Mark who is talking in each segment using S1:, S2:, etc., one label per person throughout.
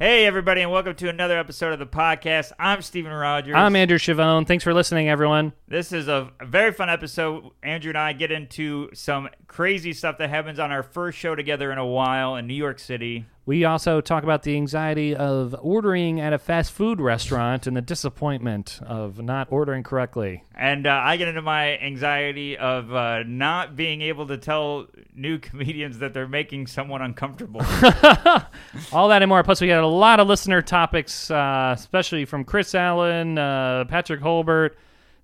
S1: Hey, everybody, and welcome to another episode of the podcast. I'm Stephen Rogers.
S2: I'm Andrew Chavone. Thanks for listening, everyone.
S1: This is a very fun episode. Andrew and I get into some crazy stuff that happens on our first show together in a while in New York City.
S2: We also talk about the anxiety of ordering at a fast food restaurant and the disappointment of not ordering correctly.
S1: And uh, I get into my anxiety of uh, not being able to tell new comedians that they're making someone uncomfortable.
S2: All that and more. Plus, we had a lot of listener topics, uh, especially from Chris Allen, uh, Patrick Holbert.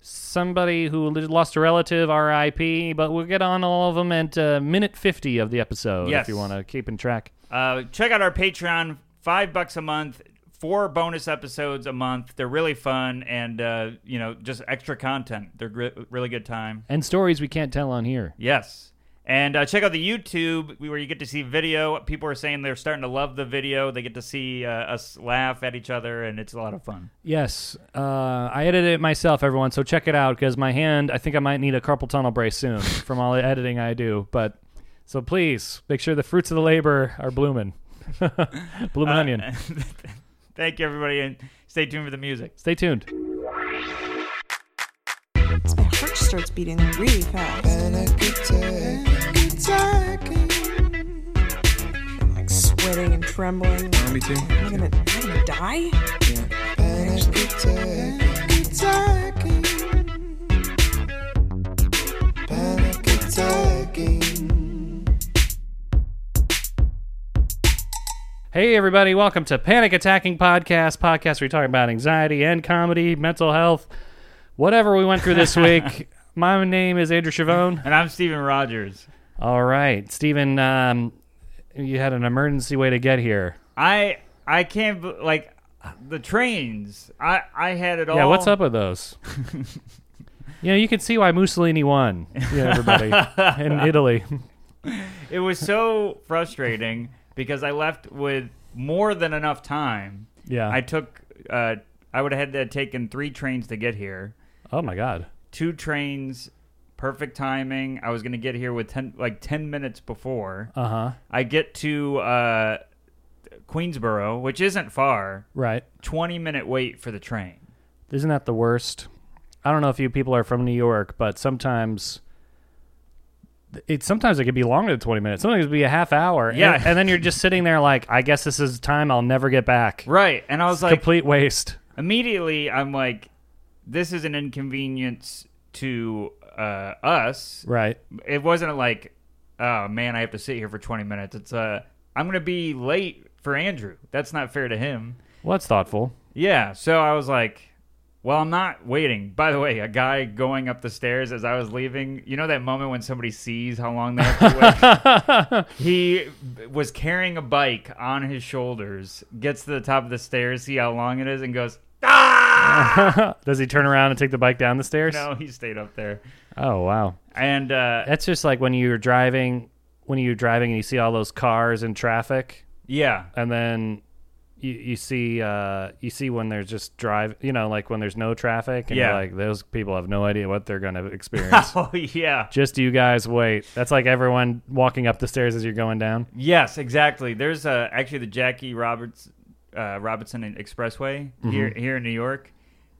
S2: Somebody who lost a relative, RIP, but we'll get on all of them at uh, minute 50 of the episode
S1: Yes.
S2: if you want to keep in track.
S1: Uh, check out our Patreon. Five bucks a month, four bonus episodes a month. They're really fun, and uh, you know, just extra content. They're gr- really good time.
S2: And stories we can't tell on here.
S1: Yes. And uh, check out the YouTube where you get to see video. People are saying they're starting to love the video. They get to see uh, us laugh at each other, and it's a lot of fun.
S2: Yes, uh, I edited it myself, everyone. So check it out because my hand. I think I might need a carpal tunnel brace soon from all the editing I do. But so please make sure the fruits of the labor are blooming, blooming
S1: Uh,
S2: onion.
S1: Thank you, everybody, and stay tuned for the music.
S2: Stay tuned.
S3: My heart Oh, starts beating really fast.
S4: and I could take
S3: I'm like sweating and trembling.
S4: Me too.
S3: Am I gonna, am I gonna die?
S4: And I could take Panic attacking.
S2: Hey everybody, welcome to Panic Attacking Podcast. Podcast where we talk about anxiety and comedy, mental health, whatever we went through this week. My name is Andrew Chavone.
S1: And I'm Steven Rogers.
S2: All right, Stephen, um, you had an emergency way to get here.
S1: I I can't be- like the trains. I I had it all.
S2: Yeah, what's up with those? you know, you can see why Mussolini won. Yeah, everybody in Italy.
S1: It was so frustrating because I left with more than enough time.
S2: Yeah.
S1: I took. Uh, I would have had to have taken three trains to get here.
S2: oh my God.
S1: Two trains, perfect timing. I was going to get here with ten like ten minutes before.
S2: Uh huh.
S1: I get to uh, Queensboro, which isn't far.
S2: Right.
S1: Twenty minute wait for the train.
S2: Isn't that the worst? I don't know if you people are from New York, but sometimes it sometimes it could be longer than twenty minutes. Sometimes it could be a half hour. and-
S1: Yeah.
S2: And, then you're just sitting there like, I guess this is time I'll never get back.
S1: Right, and I was like,
S2: Complete waste.
S1: immediately I'm like, this is an inconvenience to uh, us.
S2: Right.
S1: It wasn't like, oh man, I have to sit here for 20 minutes. It's uh, I'm gonna be late for Andrew. That's not fair to him.
S2: Well, that's thoughtful.
S1: Yeah. So I was like, well, I'm not waiting. By the way, a guy going up the stairs as I was leaving. You know that moment when somebody sees how long they have to wait. he was carrying a bike on his shoulders. Gets to the top of the stairs, see how long it is, and goes.
S2: Does he turn around and take the bike down the stairs?
S1: No, he stayed up there.
S2: Oh wow.
S1: And uh,
S2: That's just like when you're driving, when you're driving and you see all those cars in traffic,
S1: yeah,
S2: and then you you see uh, you see when there's just drive, you know, like when there's no traffic, and
S1: Yeah.
S2: you're like those people have no idea what they're gonna experience.
S1: oh yeah,
S2: just you guys wait. That's like everyone walking up the stairs as you're going down.
S1: yes, exactly. There's uh, actually the Jackie Roberts uh, Robinson Expressway here here in New York.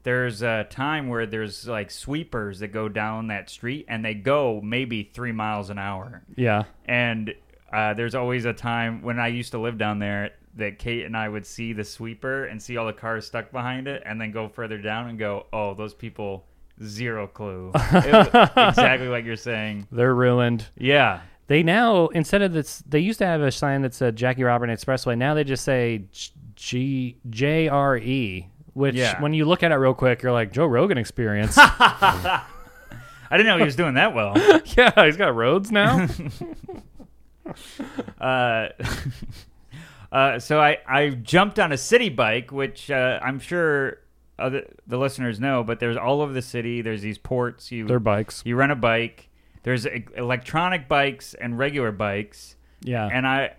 S1: There's a time where there's like sweepers that go down that street and they go maybe three miles an hour.
S2: Yeah.
S1: And uh, there's always a time when I used to live down there that Kate and I would see the sweeper and see all the cars stuck behind it and then go further down and go, oh, those people, zero clue. It was exactly like you're saying.
S2: They're ruined.
S1: Yeah.
S2: They now instead of this, they used to have a sign that said Jackie Robert Expressway. Now they just say J- G J R E, which
S1: Yeah.
S2: when you look at it real quick, you're like Joe Rogan Experience.
S1: I didn't know he was doing that well.
S2: yeah, he's got roads now.
S1: Uh, uh, so I, I jumped on a city bike, which uh, I'm sure other, the listeners know, but there's all over the city. There's these ports. You
S2: They're bikes.
S1: you rent a bike. There's e- electronic bikes and regular bikes,
S2: Yeah.
S1: and I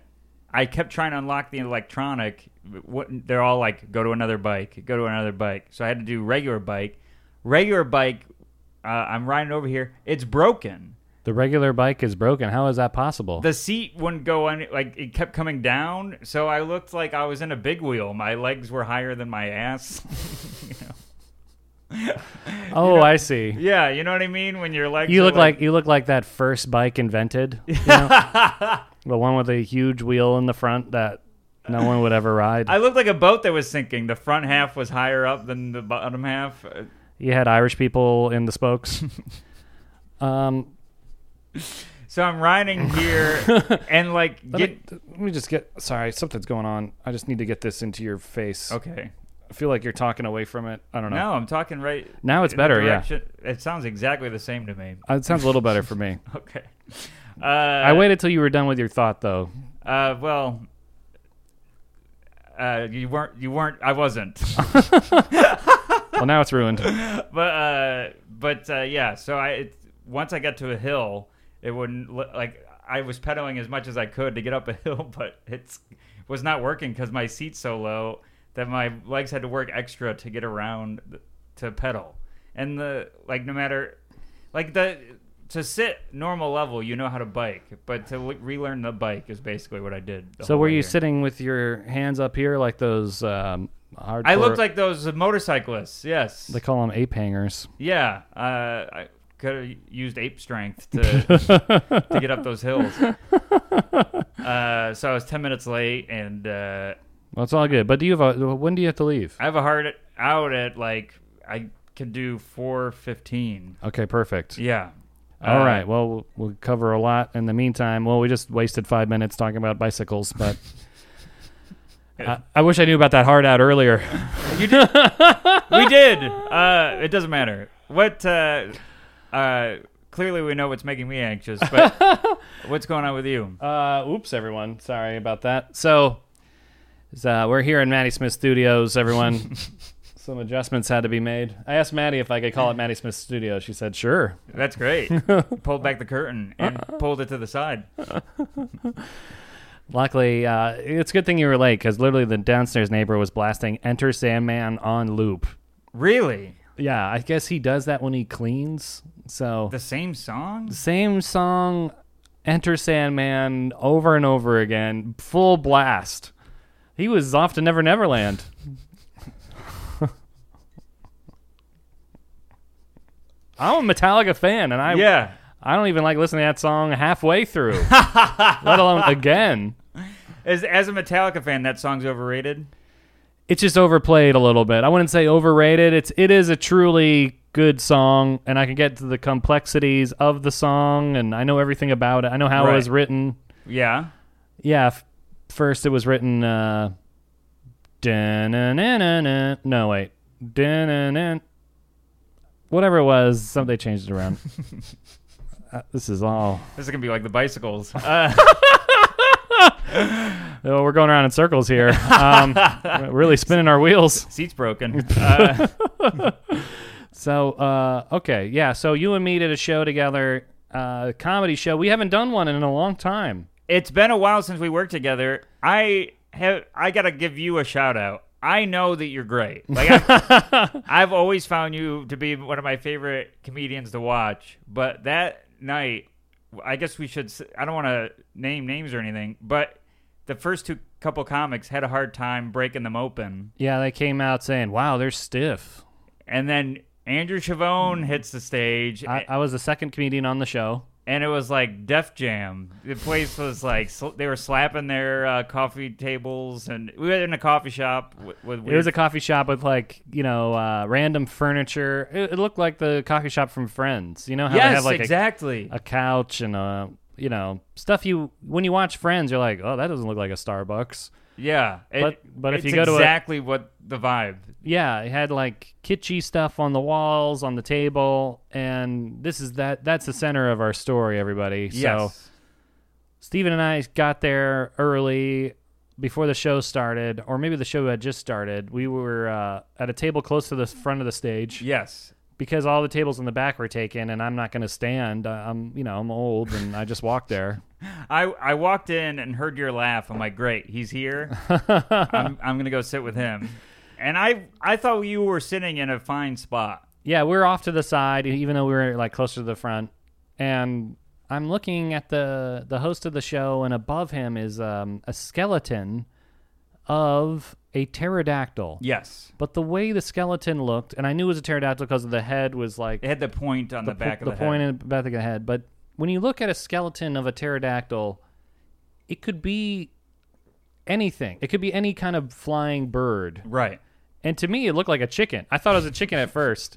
S1: I kept trying to unlock the electronic. but wouldn't- They're all like, go to another bike, go to another bike. So I had to do regular bike. Regular bike. Uh, I'm riding over here. It's broken.
S2: The regular bike is broken. How is that possible?
S1: the seat wouldn't go on like it kept coming down so i looked like i was in a big wheel my legs were higher than my ass
S2: oh, I see.
S1: yeah you know what i mean when your legs
S2: You
S1: are
S2: look like you look like that first bike invented. you know? the one with a huge wheel in the front that no one would ever ride.
S1: i looked like a boat that was sinking the front half was higher up than the bottom half Uh,
S2: you had Irish people in the spokes. um,
S1: so i'm riding here and like
S2: let,
S1: get
S2: me, let me just get. Sorry, something's going on. I just need to get this into your face.
S1: okay
S2: I feel like you're talking away from it. I don't know.
S1: no i'm talking right
S2: Now it's
S1: in the
S2: better. Yeah,
S1: direction- it sounds exactly the same to me
S2: Uh, it sounds a little better for me.
S1: okay uh,
S2: I waited till you were done with your thought, though.
S1: Uh, well, uh, you weren't. You weren't. I wasn't.
S2: Well, now it's ruined.
S1: but uh, but uh, yeah. So I it, once I got to a hill, it wouldn't li- like I was pedaling as much as I could to get up a hill, but it's was not working because my seat's so low that my legs had to work extra to get around th- to pedal. And the like, no matter like the to sit normal level, you know how to bike, but to le- relearn the bike is basically what I did. the
S2: So
S1: whole
S2: were
S1: way
S2: you
S1: here.
S2: sitting with your hands up here like those um, hard?
S1: I looked like those motorcyclists. Yes.
S2: they call them ape hangers.
S1: yeah. Uh, I could have used ape strength to to get up those hills. Uh, so I was ten minutes late, and uh,
S2: Well, it's all good. But do you have a? When do you have to leave?
S1: I have a hard out at like I could do four fifteen.
S2: Okay, perfect.
S1: Yeah.
S2: All
S1: Uh,
S2: right. Well, we'll- we'll cover a lot in the meantime. Well, we just wasted five minutes talking about bicycles, but I, I wish I knew about that hard out earlier.
S1: we did. Uh, it doesn't matter. What? Uh, uh, clearly, we know what's making me anxious. But what's going on with you?
S2: Uh, oops, everyone. Sorry about that. So, so we're here in Maddie Smith Studios, everyone. Some adjustments had to be made. I asked Maddie if I could call it Maddie Smith Studios. She said, sure.
S1: That's great. pulled back the curtain and
S2: Uh-uh.
S1: pulled it to the side.
S2: Luckily, uh, it's a good thing you were late because literally the downstairs neighbor was blasting Enter Sandman on loop.
S1: Really?
S2: Yeah, I guess he does that when he cleans. So
S1: The same song?
S2: same song, Enter Sandman, over and over again, full blast. He was off to Never Neverland. I'm a Metallica fan, and I
S1: yeah.
S2: I don't even like listening to that song halfway through, let alone again.
S1: As, as a Metallica fan, that song's overrated.
S2: It's just overplayed a little bit. I wouldn't say overrated. It's it is a truly good song, and I can get to the complexities of the song, and I know everything about it. I know how
S1: Right.
S2: it was written.
S1: Yeah.
S2: Yeah, f- first it was written. Uh, dun-dun-dun-dun-dun. no, wait. Dun-dun-dun. Whatever it was, some they changed it around. Uh, this is all.
S1: This is going to be like the bicycles. Uh,
S2: Oh, we're going around in circles here. Um, we're really spinning our wheels.
S1: seat's broken. Uh,
S2: So, uh, okay, yeah. So you and me did a show together, uh, comedy show. We haven't done one in a long time.
S1: it's been a while since we worked together. I have. I got to give you a shout out. I know that you're great. Like I've, I've always found you to be one of my favorite comedians to watch. But that night, I guess we should. s- I don't want to name names or anything, but the first two couple comics had a hard time breaking them open.
S2: Yeah, they came out saying, "Wow, they're stiff."
S1: And then Andrew Chavone hits the stage,
S2: I, I was the second comedian on the show.
S1: and it was like Def Jam. The place was like sl- they were slapping their uh, coffee tables, and we were in a coffee shop with. with
S2: It was a coffee shop with like you know uh, random furniture. It, it looked like the coffee shop from Friends. You know how they
S1: yes,
S2: have like
S1: exactly.
S2: a, a couch and a you know stuff you when you watch Friends, you're like, oh, that doesn't look like a Starbucks.
S1: yeah, It-
S2: But- but if
S1: it's
S2: you go to a-
S1: exactly what the vibe.
S2: Yeah, it had like kitschy stuff on the walls, on the table, and this is that. That's the center of our story, everybody. So
S1: Yes,
S2: Steven and I got there early before the show started, or maybe the show had just started. We were uh, at a table close to the front of the stage
S1: yes.
S2: because all the tables in the back were taken, and I'm not going to stand. Uh, I'm, you know, I'm old, and I just walked there.
S1: I I walked in and heard your laugh. I'm like, great, he's here. I'm I'm gonna go sit with him. And I I thought you were sitting in a fine spot.
S2: e-, Yeah, we were off to the side, even though we were like closer to the front, and I'm looking at the the host of the show, and above him is um, a skeleton of a pterodactyl.
S1: Yes.
S2: But the way the skeleton looked, and I knew it was a pterodactyl because of the head was like
S1: It had the point on the, back
S2: po-
S1: of the,
S2: point
S1: head.
S2: in the back of the head. But when you look at a skeleton of a pterodactyl, it could be anything. It could be any kind of flying bird.
S1: right.
S2: And to me, it looked like a chicken. I thought it was a chicken at first.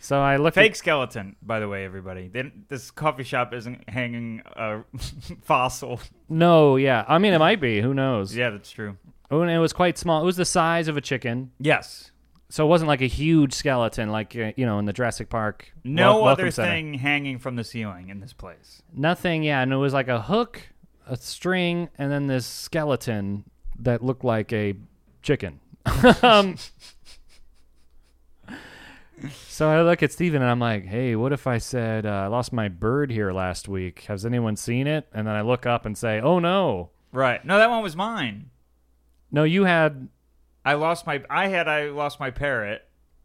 S2: So I looked.
S1: Fake skeleton, by the way, everybody. They, didn't- this coffee shop isn't hanging a fossil.
S2: At, no, yeah. I mean, it might be. Who knows?
S1: Yeah, that's true.
S2: Oh, and it was quite small. It was the size of a chicken,
S1: Yes.
S2: so it wasn't like a huge skeleton, like uh, you know, in the Jurassic Park.
S1: No
S2: wel- welcome
S1: other
S2: center.
S1: thing hanging from the ceiling in this place.
S2: Nothing. Yeah, and it was like a hook, a string, and then this skeleton that looked like a chicken. um, so I look at Steven and I'm like, hey, what if I said uh, I lost my bird here last week? Has anyone seen it? And then I look up and say, oh no,
S1: Right. No, that one was mine.
S2: no, you had.
S1: I lost my. I had. I lost my parrot.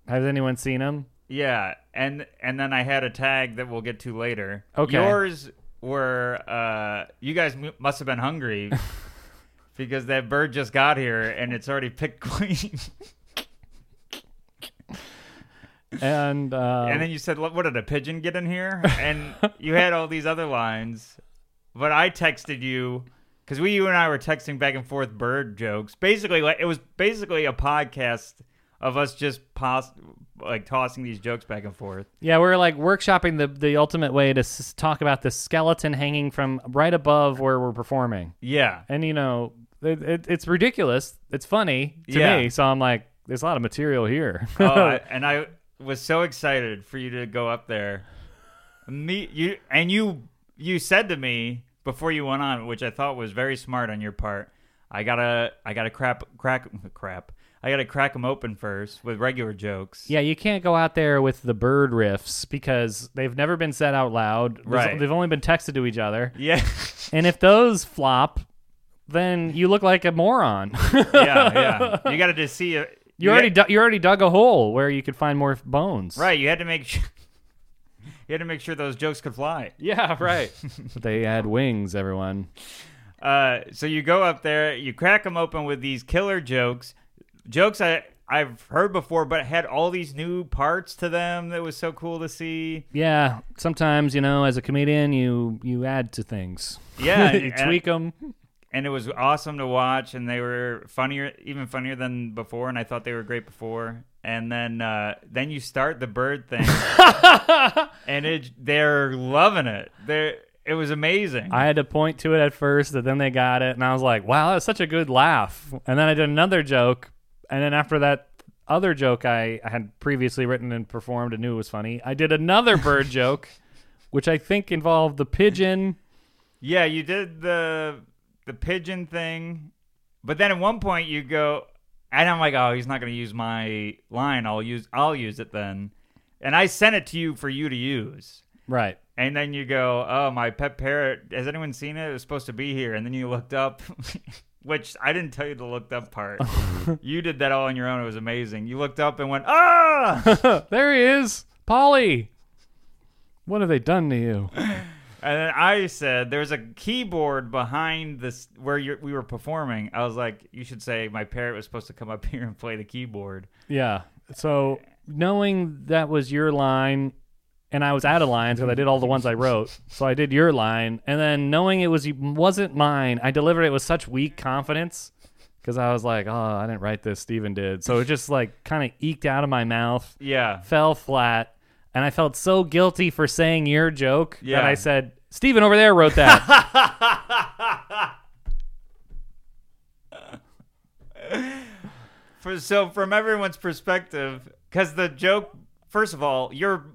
S2: Has anyone seen him?
S1: Yeah, and and then I had a tag that we'll get to later.
S2: Okay.
S1: Yours were. Uh, you guys m- must have been hungry because that bird just got here and it's already picked clean.
S2: And uh,
S1: and then you said, "What what did a pigeon get in here?" And you had all these other lines, but I texted you because we, you and I, were texting back and forth bird jokes. Basically, like it was basically a podcast of us just pos- like tossing these jokes back and forth.
S2: Yeah, we're like workshopping the the ultimate way to s- talk about the skeleton hanging from right above where we're performing,
S1: Yeah,
S2: and you know, it, it, it's ridiculous. It's funny to
S1: Yeah.
S2: me, so I'm like, there's a lot of material here.
S1: oh, I- and I was so excited for you to go up there. Me, you, and you, you said to me before you went on, which I thought was very smart on your part. I gotta, I gotta crap, crack, crap. I gotta crack them open first with regular jokes.
S2: yeah, you can't go out there with the bird riffs because they've never been said out loud. There's-
S1: Right.
S2: they've only been texted to each other,
S1: yeah,
S2: and if those flop, then you look like a moron.
S1: yeah, yeah. You gotta just see it.
S2: you already du- you already dug a hole where you could find more bones.
S1: right. You had to make sure. You had to make sure those jokes could fly.
S2: Yeah. Right. but they had wings, everyone.
S1: Uh, so you go up there, you crack them open with these killer jokes, jokes I I've heard before, but had all these new parts to them that was so cool to see.
S2: Yeah, sometimes you know, as a comedian, you you add to things.
S1: Yeah,
S2: you
S1: and-
S2: tweak them.
S1: And it was awesome to watch, and they were funnier, even funnier than before. And I thought they were great before. And then uh, then you start the bird thing, and it they're loving it. They it was amazing.
S2: I had to point to it at first, but then they got it, and I was like, "Wow, that's such a good laugh." And then I did another joke, and then after that other joke I, I had previously written and performed and knew was funny, I did another bird joke, which I think involved the pigeon.
S1: Yeah, you did the the pigeon thing, but then at one point you go, and I'm like, oh, he's not going to use my line. I'll use I'll use it then, and I sent it to you for you to use.
S2: Right.
S1: And then you go, oh, my pet parrot. Has anyone seen it? It was supposed to be here. And then you looked up, which I didn't tell you the looked up part. you did that all on your own. It was amazing. You looked up and went, ah!
S2: there he is, Polly. What have they done to you?
S1: And then I said, "There's a keyboard behind this where you're, we were performing." I was like, "You should say my parrot was supposed to come up here and play the keyboard."
S2: Yeah. So knowing that was your line, and I was out of lines because I did all the ones I wrote, so I did your line, and then knowing it was wasn't mine, I delivered it with such weak confidence because I was like, oh, I didn't write this, Steven did. So it just like kind of eked out of my mouth,
S1: Yeah,
S2: fell flat, and I felt so guilty for saying your joke
S1: Yeah.
S2: that I said, Steven over there wrote that.
S1: For, so from everyone's perspective, because the joke, first of all, you're.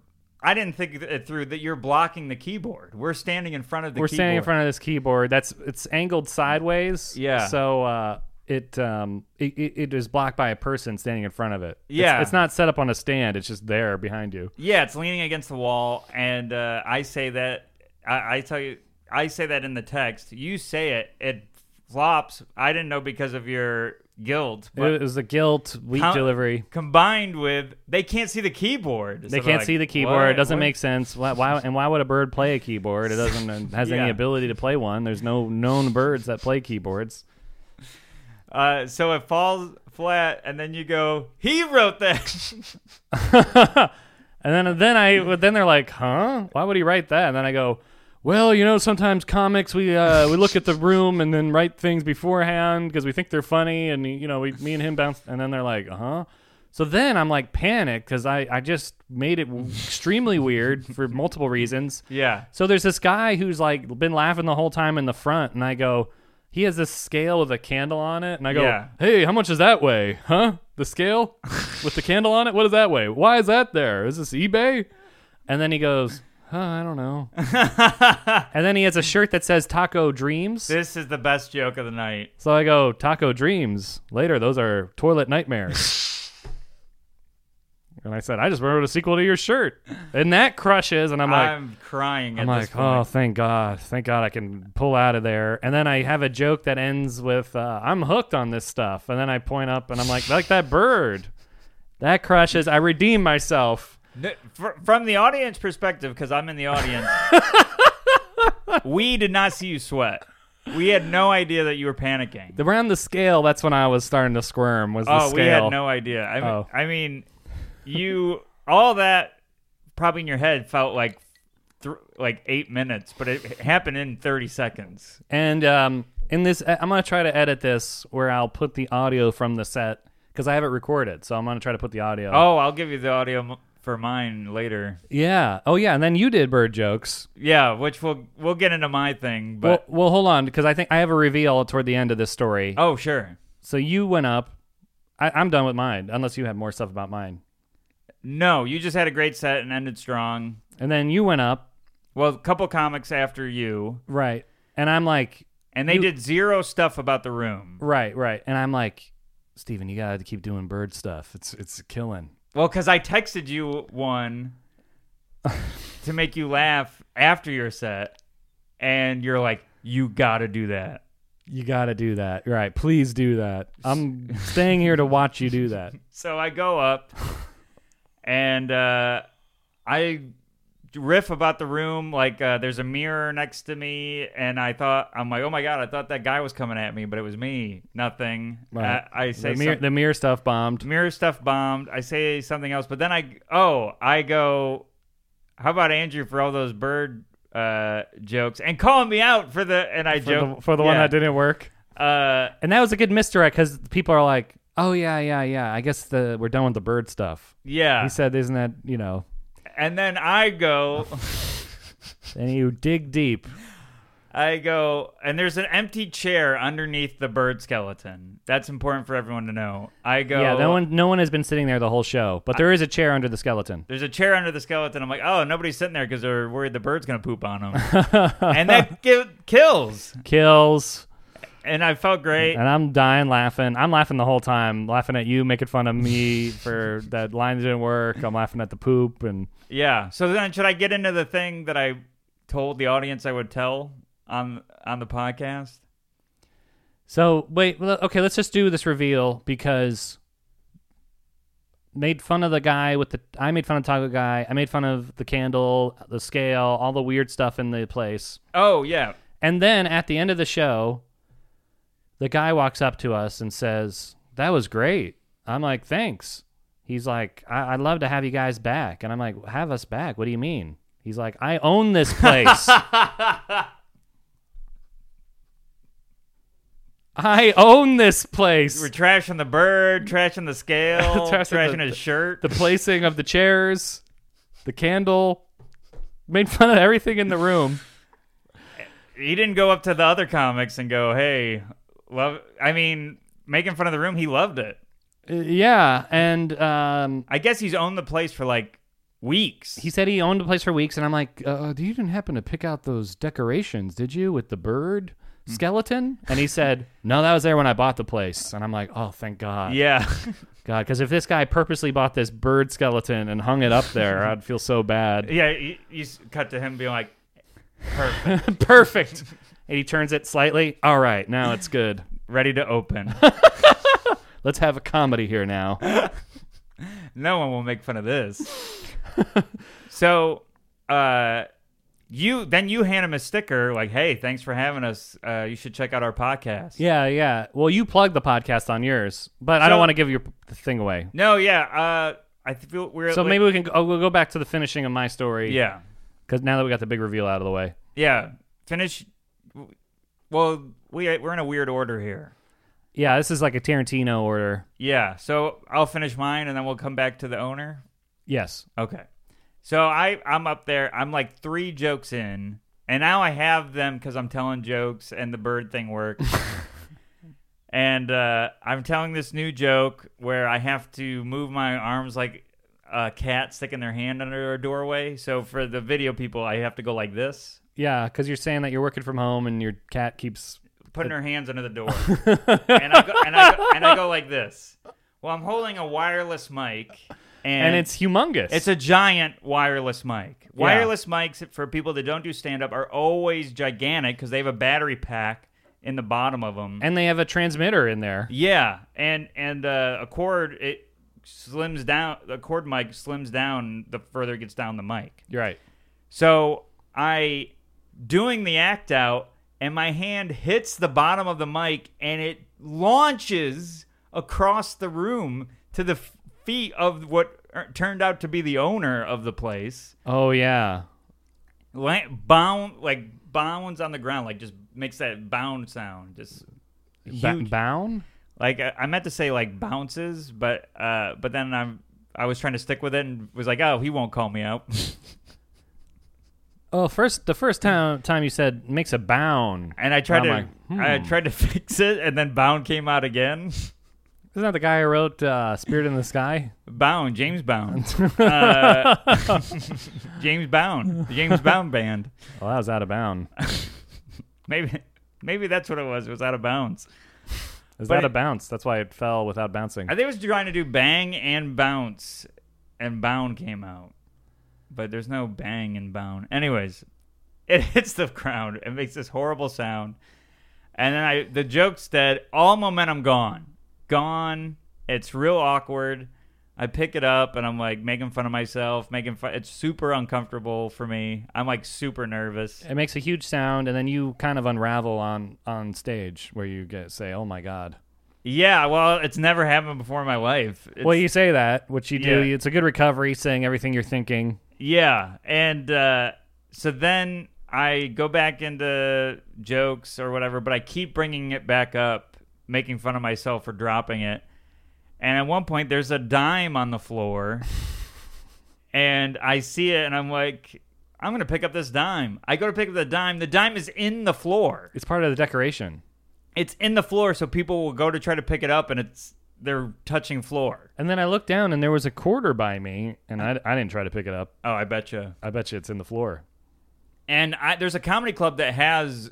S1: I didn't think it through that you're blocking the keyboard. We're standing in front of the.
S2: We're
S1: keyboard.
S2: standing in front of this keyboard. That's it's angled sideways.
S1: Yeah.
S2: So uh, it um it, it, it is blocked by a person standing in front of it. It's-
S1: Yeah.
S2: It's, not set up on a stand. It's just there behind you.
S1: Yeah, it's leaning against the wall, and uh, I say that. I, I tell you, I say that in the text. You say it. It flops. I didn't know because of your guilt, but
S2: It was the guilt wheat
S1: How-
S2: delivery.
S1: combined with they can't see the keyboard. So
S2: They
S1: they're
S2: can't
S1: like,
S2: see the keyboard.
S1: "What?
S2: It doesn't
S1: What?"
S2: make sense. Why, why? And why would a bird play a keyboard? It doesn't it has
S1: Yeah.
S2: any ability to play one. There's no known birds that play keyboards.
S1: Uh, so it falls flat, and then you go, "He wrote that."
S2: and then then I then they're like, huh? Why would he write that? And then I go, well, you know, sometimes comics we uh, we look at the room and then write things beforehand because we think they're funny, and you know, we me and him bounce. And then they're like, huh? So then I'm like panicked because I I just made it extremely weird for multiple reasons.
S1: yeah.
S2: So there's this guy who's like been laughing the whole time in the front, and I go, he has this scale with a candle on it, and I go,
S1: Yeah.
S2: hey, how much is that weigh? Huh? The scale with the candle on it? What does that weigh? Why is that there? Is this eBay? And then he goes, huh, I don't know. and then he has a shirt that says Taco Dreams.
S1: This is the best joke of the night.
S2: So I go, Taco Dreams. Later, those are Toilet Nightmares. and I said, I just wrote a sequel to your shirt. And that crushes, and I'm like,
S1: I'm crying.
S2: I'm
S1: at
S2: like,
S1: this point.
S2: oh, thank God, thank God I can pull out of there. And then I have a joke that ends with, uh, I'm hooked on this stuff. And then I point up and I'm like, like that bird, that crushes. I redeem myself.
S1: N- fr- from the audience perspective, because I'm in the audience, we did not see you sweat. We had no idea that you were panicking.
S2: Around the scale, that's when I was starting to squirm. Was the
S1: oh,
S2: scale?
S1: we had no idea. I mean,
S2: Oh.
S1: I mean, you all that probably in your head felt like th- like eight minutes, but it happened in 30 seconds.
S2: And um, in this, I'm gonna try to edit this where I'll put the audio from the set because I have it recorded. So I'm gonna try to put the audio.
S1: Oh, I'll give you the audio m- for mine later.
S2: yeah. Oh yeah. And then you did bird jokes.
S1: Yeah, which we'll we'll get into my thing, but
S2: well, well, hold on because I think I have a reveal toward the end of this story.
S1: oh, sure.
S2: So you went up. I, I'm done with mine, unless you have more stuff about mine.
S1: No, you just had a great set and ended strong.
S2: And then you went up,
S1: Well, a couple comics after you.
S2: right? And I'm like,
S1: And they
S2: You-
S1: did zero stuff about the room.
S2: right, right. And I'm like, Steven, you gotta keep doing bird stuff. It's it's killing.
S1: Well, because I texted you one to make you laugh after your set, and you're like, "You got to do that."
S2: You gotta do that, right? Please do that. I'm staying here to watch you do that.
S1: So I go up, and uh, I riff about the room. Like, uh, there's a mirror next to me, and I thought, I'm like, "Oh my god!" I thought that guy was coming at me, but it was me. Nothing.
S2: Right.
S1: I, I say
S2: the mirror,
S1: some-
S2: the mirror stuff bombed.
S1: mirror stuff bombed. I say something else, but then I oh I go, how about Andrew for all those bird uh jokes and calling me out for the and I
S2: For
S1: joke
S2: the, for the one
S1: yeah.
S2: that didn't work.
S1: Uh,
S2: And that was a good misdirect because people are like, oh yeah, yeah, yeah. I guess the we're done with the bird stuff.
S1: yeah,
S2: He said, isn't that you know?
S1: and then I go,
S2: And you dig deep.
S1: I go, and there's an empty chair underneath the bird skeleton. That's important for everyone to know. I go,
S2: Yeah, no one, no one has been sitting there the whole show, but there is a chair under the skeleton.
S1: There's a chair under the skeleton. I'm like, oh, nobody's sitting there because they're worried the bird's gonna poop on them, and that gi- kills.
S2: Kills,
S1: And I felt great.
S2: and I'm dying laughing. I'm laughing the whole time, laughing at you, making fun of me for that line didn't work. I'm laughing at the poop, and
S1: Yeah. So then, should I get into the thing that I told the audience I would tell on on the podcast?
S2: so wait. well, Okay, let's just do this reveal because made fun of the guy with the. I made fun of Taco guy. I made fun of the candle, the scale, all the weird stuff in the place.
S1: Oh yeah.
S2: And then at the end of the show, the guy walks up to us and says, That was great. I'm like, Thanks. He's like, I- I'd love to have you guys back. And I'm like, Have us back? What do you mean? He's like, I own this place. I own this
S1: We're
S2: place.
S1: trashing the bird, trashing the scale,
S2: Trashing the-
S1: trashing, his shirt.
S2: The placing of the chairs, the candle. Made fun of everything in the room.
S1: he didn't go up to the other comics and go, "Hey, love." I mean, making fun of the room, he loved it.
S2: Uh, yeah. And um,
S1: I guess he's owned the place for like weeks.
S2: he said he owned a place for weeks, and I'm like, uh, you didn't happen to pick out those decorations, did you, with the bird
S1: Hmm.
S2: skeleton? And he said, no, that was there when I bought the place. And I'm like, oh, thank God,
S1: yeah.
S2: God, because if this guy purposely bought this bird skeleton and hung it up there, I'd feel so bad.
S1: yeah. You, you s- cut to him being like, "Perfect,
S2: Perfect. And he turns it slightly. All right, now it's good.
S1: ready to open."
S2: Let's have a comedy here now.
S1: No one will make fun of this. so, uh, you then you hand him a sticker like, "Hey, thanks for having us. Uh, you should check out our podcast."
S2: yeah, yeah. Well, you plug the podcast on yours, but I
S1: So-
S2: don't want to give your p- thing away.
S1: No, yeah. Uh, I feel we're
S2: So
S1: like-
S2: maybe we can. Oh, we'll go back to the finishing of my story.
S1: yeah,
S2: Because now that we got the big reveal out of the way.
S1: yeah. Finish. Well, we we're in a weird order here.
S2: Yeah, this is like a Tarantino order.
S1: Yeah. So I'll finish mine, and then we'll come back to the owner.
S2: Yes.
S1: Okay. So I I'm up there. I'm like three jokes in, and now I have them because I'm telling jokes, and the bird thing works. and uh, I'm telling this new joke where I have to move my arms like a cat sticking their hand under a doorway. So for the video people, I have to go like this,
S2: Yeah, because you're saying that you're working from home and your cat keeps.
S1: putting her hands under the door, and I go, and I go, and I go like this. Well, I'm holding a wireless mic, and,
S2: And it's humongous.
S1: It's a giant wireless mic. Wireless mics, for people that don't do stand up, are always gigantic because they have a battery pack in the bottom of them.
S2: and they have a transmitter in there.
S1: yeah, and and uh, a cord it slims down. The cord mic slims down the further it gets down the mic.
S2: You're right.
S1: So I doing the act out, and my hand hits the bottom of the mic, and it launches across the room to the f- feet of what er, turned out to be the owner of the place.
S2: Oh yeah.
S1: La- bound like bounds on the ground, like just makes that bound sound. Just
S2: Ba-
S1: Huge.
S2: bound.
S1: like I, I meant to say like bounces, but uh, but then I'm I was trying to stick with it and was like, oh, he won't call me out.
S2: Oh, first the first time time you said makes a bound.
S1: And I tried
S2: I'm
S1: to
S2: like, hmm.
S1: I tried to fix it, and then bound came out again.
S2: Isn't that the guy who wrote uh, Spirit in the Sky?
S1: Bound, James Bound, uh, James Bound, the James Bound band.
S2: Well, that was out of bound.
S1: Maybe maybe that's what it was. It was out of bounds.
S2: Is
S1: But
S2: that a
S1: it-
S2: bounce? That's why it fell without bouncing.
S1: I think it was trying to do bang and bounce, and bound came out, but there's no bang and bound. Anyways, it hits the ground. It makes this horrible sound, and then I the joke said all momentum gone, gone. It's real awkward. I pick it up and I'm like making fun of myself, making fun. It's super uncomfortable for me. I'm like super nervous.
S2: it makes a huge sound, and then you kind of unravel on on stage where you get say, "Oh my god."
S1: Yeah, well, it's never happened before in my life. It's-
S2: well, you say that, which you do.
S1: Yeah.
S2: It's a good recovery, saying everything you're thinking.
S1: Yeah, and uh, so then I go back into jokes or whatever, but I keep bringing it back up, making fun of myself for dropping it. And at one point, there's a dime on the floor, and I see it, and I'm like, I'm gonna pick up this dime. I go to pick up the dime. The dime is in the floor.
S2: It's part of the decoration.
S1: It's in the floor, so people will go to try to pick it up, and it's they're touching floor.
S2: And then I looked down, and there was a quarter by me, and I, I didn't try to pick it up.
S1: Oh, I betcha.
S2: I bet you it's in the floor.
S1: And I, there's a comedy club that has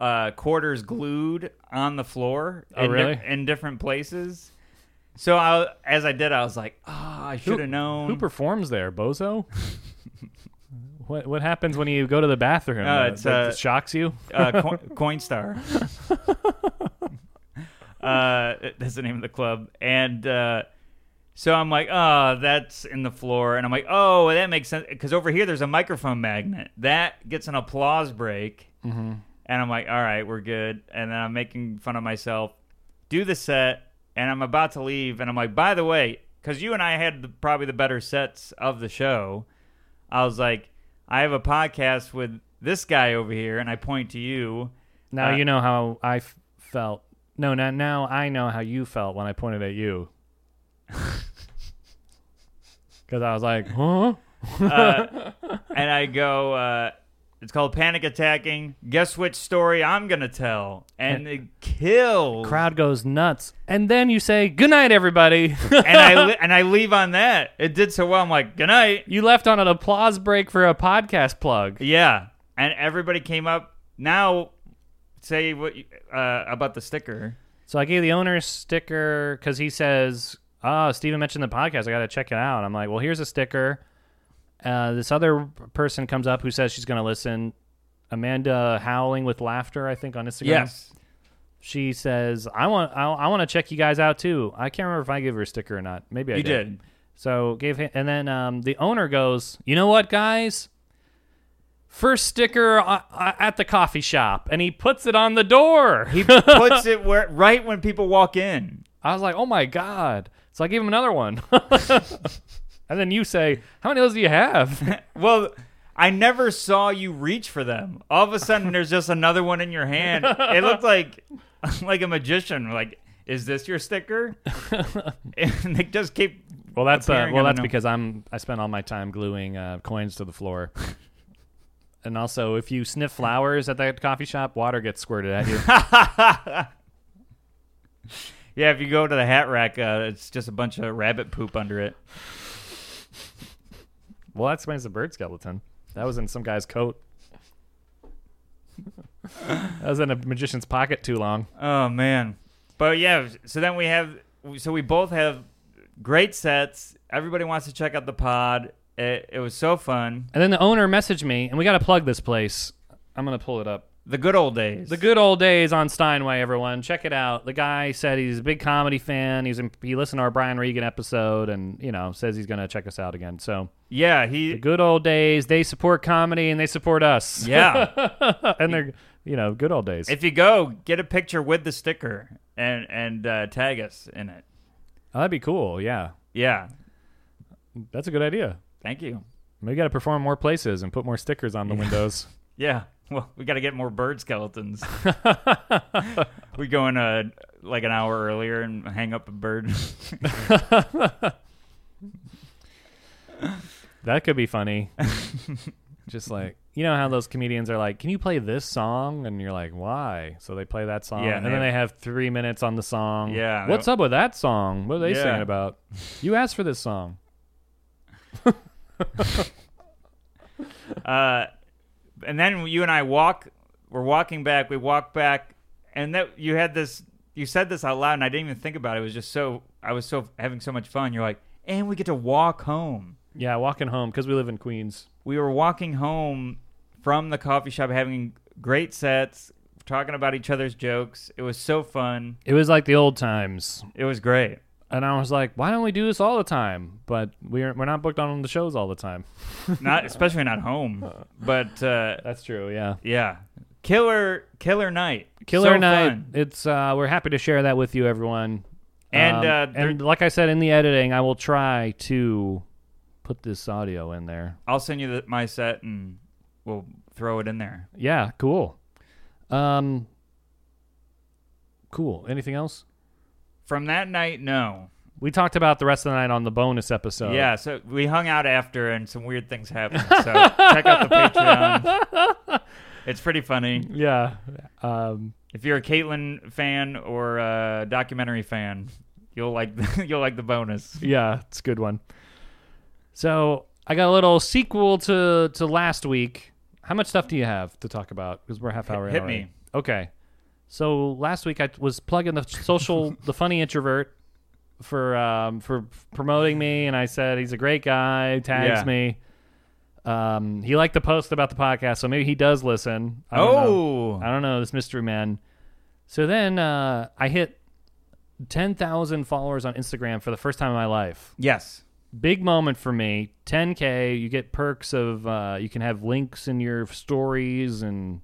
S1: uh, quarters glued on the floor.
S2: Oh,
S1: in di-
S2: really?
S1: in different places. So I, as I did, I was like, "Ah, I should have known."
S2: Who performs there, Bozo? what what happens when you go to the bathroom?
S1: Uh,
S2: Uh,
S1: it's,
S2: that
S1: uh,
S2: just shocks you.
S1: uh, Co- Coinstar. uh, that's the name of the club. And uh, so I'm like, oh, that's in the floor. And I'm like, oh, that makes sense. Because over here, there's a microphone magnet. That gets an applause break. And I'm like, all right, we're good. And then I'm making fun of myself. Do the set. And I'm about to leave. And I'm like, by the way, because you and I had the, probably the better sets of the show. I was like, I have a podcast with this guy over here, and I point to you.
S2: Now
S1: uh,
S2: you know how I f- felt. No, now now I know how you felt when I pointed at you. Because I was like, huh?
S1: and I go, uh, it's called panic attacking. Guess which story I'm gonna tell? And it kills.
S2: Crowd goes nuts, and then you say, "Good night, everybody."
S1: and I li- and I leave on that. It did so well. I'm like, good night.
S2: you left on an applause break for a podcast plug.
S1: Yeah. And everybody came up. Now, say what you- uh, about the sticker?
S2: So I gave the owner a sticker because he says, "Oh, Steven mentioned the podcast. I got to check it out." I'm like, "Well, here's a sticker." Uh, this other person comes up who says she's going to listen. Amanda howling with laughter, I think, on Instagram. she says, "I want, I, I want to check you guys out too." I can't remember if I gave her a sticker or not. Maybe I
S1: You
S2: did.
S1: did.
S2: So gave him, and then um, the owner goes, "You know what, guys? First sticker uh, uh, at the coffee shop," and he puts it on the door.
S1: He puts it where right when people walk in.
S2: I was like, "Oh my god!" So I gave him another one. And then you say, "How many of those do you have?"
S1: Well, I never saw you reach for them. All of a sudden, there's just another one in your hand. It looked like like a magician. Like, is this your sticker? and they just keep.
S2: Well, that's uh,
S1: Appearing
S2: well,
S1: out of
S2: that's
S1: no-
S2: because I'm I spent all my time gluing uh, coins to the floor. and also, if you sniff flowers at that coffee shop, water gets squirted at you.
S1: Yeah, if you go to the hat rack, uh, it's just a bunch of rabbit poop under it.
S2: well, that explains the bird skeleton. That was in some guy's coat. that was in a magician's pocket too long.
S1: Oh man, but yeah. So then we have. So we both have great sets. Everybody wants to check out the pod. It, it was so fun.
S2: And then the owner messaged me, and we got to plug this place. I'm gonna pull it up.
S1: The good old days.
S2: The good old days on Steinway, everyone. Check it out. The guy said he's a big comedy fan. He's in, he listened to our Brian Regan episode, and you know says he's going to check us out again. So
S1: Yeah,
S2: the
S1: he.
S2: good old days. They support comedy and they support us.
S1: Yeah.
S2: and they're you know good old days.
S1: If you go, get a picture with the sticker and and uh, tag us in it.
S2: oh, that'd be cool. Yeah,
S1: Yeah,
S2: that's a good idea.
S1: thank you.
S2: We got to perform more places and put more stickers on the windows.
S1: Yeah, well, we got to get more bird skeletons. we go in uh like an hour earlier and hang up a bird.
S2: That could be funny. Just like you know how those comedians are like, "Can you play this song?" And you're like, "Why?" So they play that song,
S1: Yeah,
S2: and
S1: they-
S2: then they have three minutes on the song.
S1: Yeah, they-
S2: what's up with that song? What are they
S1: Yeah.
S2: singing about? You asked for this song.
S1: uh, and then you and I walk. We're walking back. We walk back, and that you had this. You said this out loud, and I didn't even think about it. It was just so. I was so having so much fun. You're like, and we get to walk home.
S2: Yeah, walking home because we live in Queens.
S1: we were walking home from the coffee shop having great sets talking about each other's jokes it was so fun
S2: It was like the old times,
S1: it was great
S2: and I was like, "Why don't we do this all the time?" But we're we're not booked on the shows all the time.
S1: not especially not home but uh
S2: That's true. Yeah.
S1: yeah killer killer night
S2: Killer
S1: So
S2: Night.
S1: fun.
S2: It's uh, we're happy to share that with you, everyone.
S1: And,
S2: Um,
S1: uh,
S2: and
S1: there-
S2: like I said in the editing, I will try to put this audio in there.
S1: i'll send you the, my set and we'll throw it in there
S2: Yeah, cool. Um, cool. Anything else?
S1: from that night no
S2: We talked about the rest of the night on the bonus episode.
S1: yeah so we hung out after and some weird things happened so check out the patreon it's pretty funny
S2: yeah. Um,
S1: If you're a Caitlyn fan or a documentary fan, you'll like you'll like the bonus.
S2: yeah, it's a good one. So I got a little sequel to to last week. How much stuff do you have to talk about? Because we're half hour. in
S1: hit
S2: already.
S1: me.
S2: Okay. So last week I was plugging the social, the funny introvert for um, for promoting me, and I said he's a great guy. Tags
S1: Yeah.
S2: me. Um, he liked the post about the podcast, so maybe he does listen. I don't know.
S1: Oh,
S2: I don't know this mystery man. So then uh, I hit ten thousand followers on Instagram for the first time in my life.
S1: yes,
S2: Big moment for me. 10k. You get perks of uh, you can have links in your stories and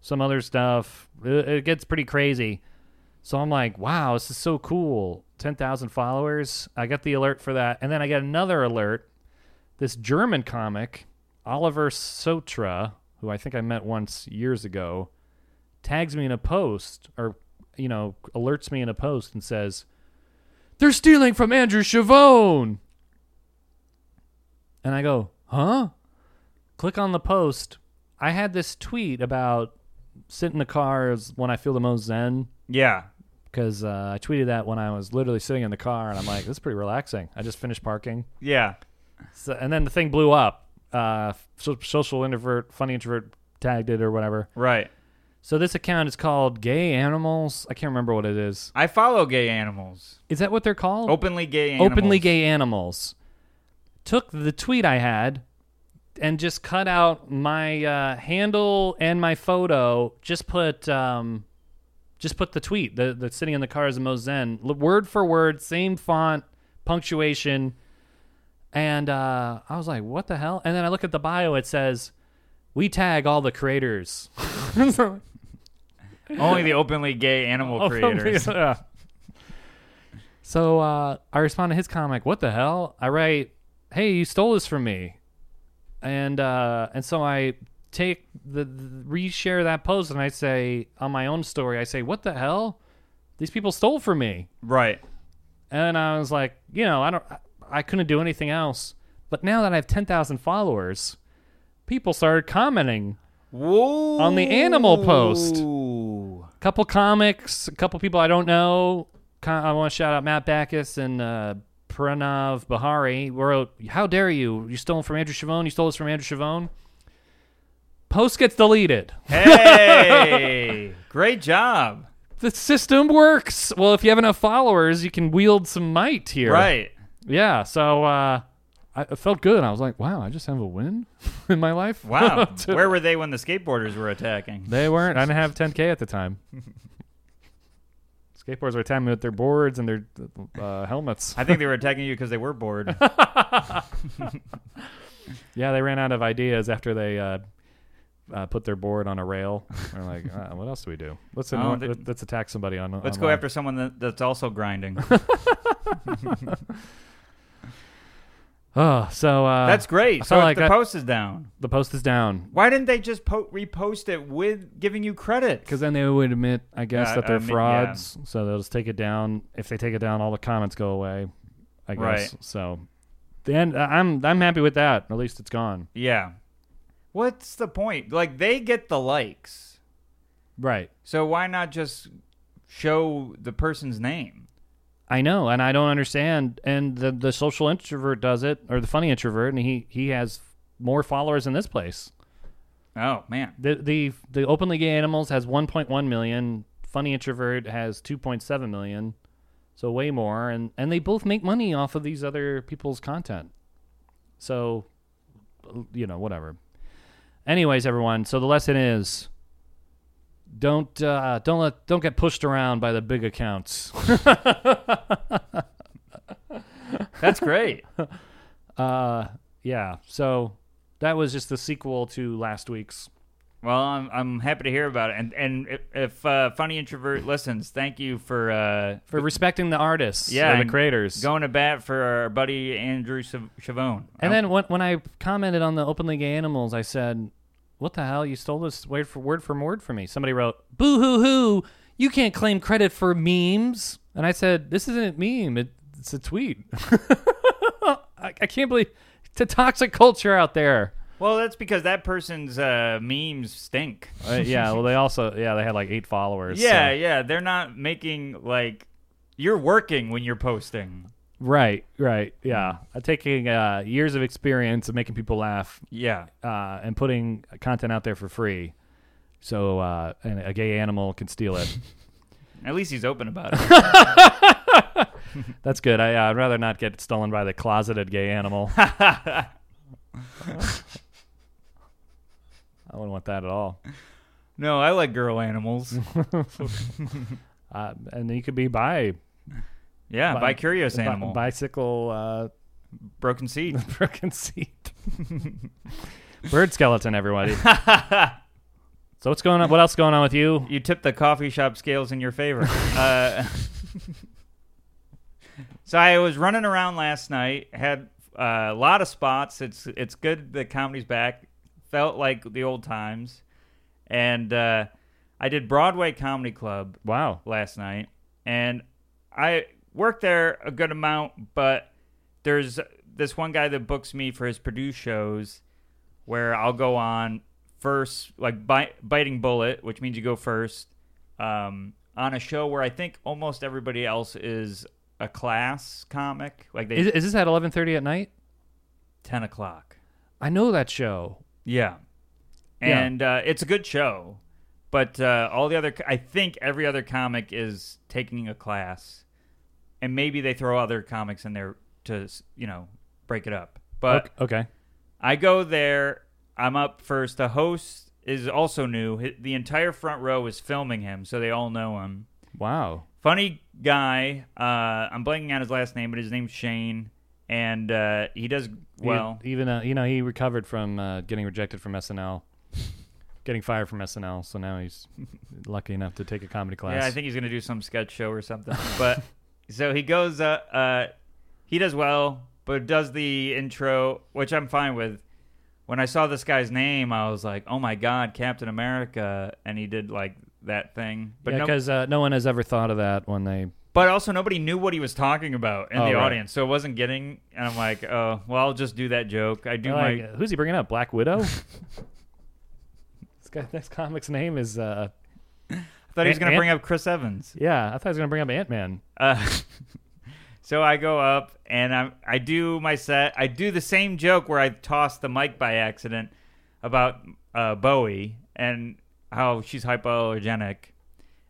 S2: some other stuff. It, it gets pretty crazy. So I'm like, wow, this is so cool. 10,000 followers. I got the alert for that, and then I get another alert. This German comic, Oliver Sotra, who I think I met once years ago, tags me in a post or you know alerts me in a post and says they're stealing from Andrew Chavone. And I go, huh? Click on the post. I had this tweet about sit in the car is when I feel the most zen
S1: yeah,
S2: because uh, I tweeted that when I was literally sitting in the car and I'm like, this is pretty relaxing. I just finished parking.
S1: yeah.
S2: So, and then the thing blew up. Uh, so, social introvert, funny introvert tagged it or whatever.
S1: Right.
S2: So this account is called Gay Animals. I can't remember what it is.
S1: I follow gay animals,
S2: Is that what they're called?
S1: openly gay animals.
S2: openly gay animals took the tweet i had and just cut out my uh, handle and my photo just put um, just put the tweet the the sitting in the car is a Mozen l- word for word, same font, punctuation, and uh, I was like, what the hell? And then I look at the bio, it says, we tag all the creators.
S1: Only the openly gay animal creators.
S2: Yeah. So uh, I respond to his comic, "What the hell?" I write, "Hey, you stole this from me," and uh, and so I take the, the reshare that post and I say on my own story, I say, "What the hell? These people stole from me."
S1: Right.
S2: And I was like, you know, I don't, I couldn't do anything else. But now that I have ten thousand followers, people started commenting
S1: Whoa.
S2: on the animal post
S1: Ooh.
S2: couple comics, a couple people I don't know. Co- I want to shout out Matt Backus and uh, Pranav Bahari wrote, "How dare you? You stole from Andrew Chavone. You stole this from Andrew Chavone." Post gets deleted.
S1: Hey. Great job.
S2: The system works. Well, if you have enough followers, you can wield some might here.
S1: Right.
S2: Yeah. So uh, I it felt good. I was like, "Wow, I just have a win in my life."
S1: Wow. Where were they when the skateboarders were attacking?
S2: They weren't. I didn't have 10k at the time. Skateboards were attacking me with their boards and their uh, helmets.
S1: I think they were attacking you because they were bored.
S2: Yeah, they ran out of ideas after they uh, uh, put their board on a rail. They're like, uh, what else do we do? Let's
S1: Oh,
S2: anno-
S1: they-
S2: let- let's attack somebody on.
S1: Let's go
S2: online."
S1: after someone that, that's also grinding.
S2: Oh, so uh,
S1: That's great.
S2: I
S1: So
S2: felt
S1: if
S2: like
S1: the
S2: I-
S1: post is down.
S2: the post is down
S1: Why didn't they just po- repost it with giving you credit?
S2: because then they would admit, I guess,
S1: Yeah,
S2: that they're
S1: admit- yeah.
S2: frauds. So they'll just take it down. If they take it down, all the comments go away. I guess.
S1: Right.
S2: So then uh, I'm I'm happy with that. At least it's gone.
S1: yeah. What's the point? Like they get the likes,
S2: Right.
S1: so why not just show the person's name?
S2: I know, and I don't understand. And the the social introvert does it, or the funny introvert, and he he has more followers in this place.
S1: Oh man.
S2: the the the openly gay animals has 1.1 million. Funny introvert has 2.7 million, so way more. And and they both make money off of these other people's content. So, you know, whatever. Anyways, everyone. So the lesson is. Don't uh, don't let don't get pushed around by the big accounts.
S1: That's great.
S2: uh, yeah, so that was just the sequel to last week's.
S1: well, I'm, I'm happy to hear about it. And and if, if uh, funny introvert listens, thank you for uh,
S2: For respecting the artists,
S1: Yeah,
S2: or the
S1: and
S2: creators.
S1: going to bat for our buddy Andrew Sav- Chavone. Oh.
S2: And then when, when I commented on the openly gay animals, I said, "What the hell? You stole this word for word from word from me." Somebody wrote, "Boo hoo hoo! You can't claim credit for memes." And I said, "This isn't a meme. It, it's a tweet." I, I can't believe it's a toxic culture out there.
S1: well, that's because that person's uh, memes stink.
S2: Uh, yeah. Well, they also yeah they had like eight followers. so-
S1: Yeah, yeah. They're not making like you're working when you're posting.
S2: Right. Right. Yeah. Uh, Taking uh, years of experience and making people laugh
S1: Yeah.
S2: uh, and putting content out there for free. So uh, and a gay animal can steal it.
S1: At least he's open about it.
S2: That's good. I, uh, I'd rather not get stolen by the closeted gay animal. I wouldn't want that at all.
S1: no, I like girl animals.
S2: Uh, and you could be bi,
S1: Yeah,
S2: Bi-
S1: by curious animal.
S2: bi- bicycle, uh,
S1: Broken seed.
S2: broken seat, bird skeleton. Everybody. so what's going on? What else going on with you?
S1: You tip the coffee shop scales in your favor. uh, so I was running around last night, had uh, a lot of spots. It's it's good that comedy's back. Felt like the old times, and uh, I did Broadway Comedy Club
S2: Wow.
S1: last night, and I worked there a good amount, but there's this one guy that books me for his Purdue shows where I'll go on first, like bi- biting bullet, which means you go first, um, on a show where I think almost everybody else is a class comic, like they
S2: Is, is this at eleven thirty at night?
S1: ten o'clock.
S2: I know that show.
S1: Yeah.
S2: Yeah.
S1: And Uh, it's a good show, but uh, all the other, I think every other comic is taking a class, and maybe they throw other comics in there to, you know, break it up. But
S2: okay.
S1: I go there. I'm up first. The host is also new. Hi- The entire front row is filming him, so they all know him.
S2: Wow.
S1: Funny guy. Uh, I'm blanking on his last name, but his name's Shane, and uh, he does well.
S2: E- even uh, you know he recovered from uh, getting rejected from SNL, getting fired from SNL. So now he's lucky enough to take a comedy class.
S1: Yeah, I think he's gonna do some sketch show or something. But so he goes. Uh, uh, he does well, but does the intro, which I'm fine with. When I saw this guy's name, I was like, "Oh my god, Captain America!" And he did like that thing, but no,
S2: because uh, no one has ever thought of that when they.
S1: but also nobody knew what he was talking about in
S2: Oh,
S1: the
S2: right.
S1: audience, so it wasn't getting. And I'm like, "Oh, well, I'll just do that joke. I do
S2: They're
S1: my
S2: like, who's he bringing up? Black Widow. this guy, this comic's name is. Uh,
S1: I thought he was
S2: Ant-
S1: going to
S2: Ant-
S1: bring up Chris Evans.
S2: yeah, I thought he was gonna bring up Ant Man.
S1: Uh, so I go up and I I do my set. I do the same joke where I toss the mic by accident about uh, Bowie and how she's hypoallergenic.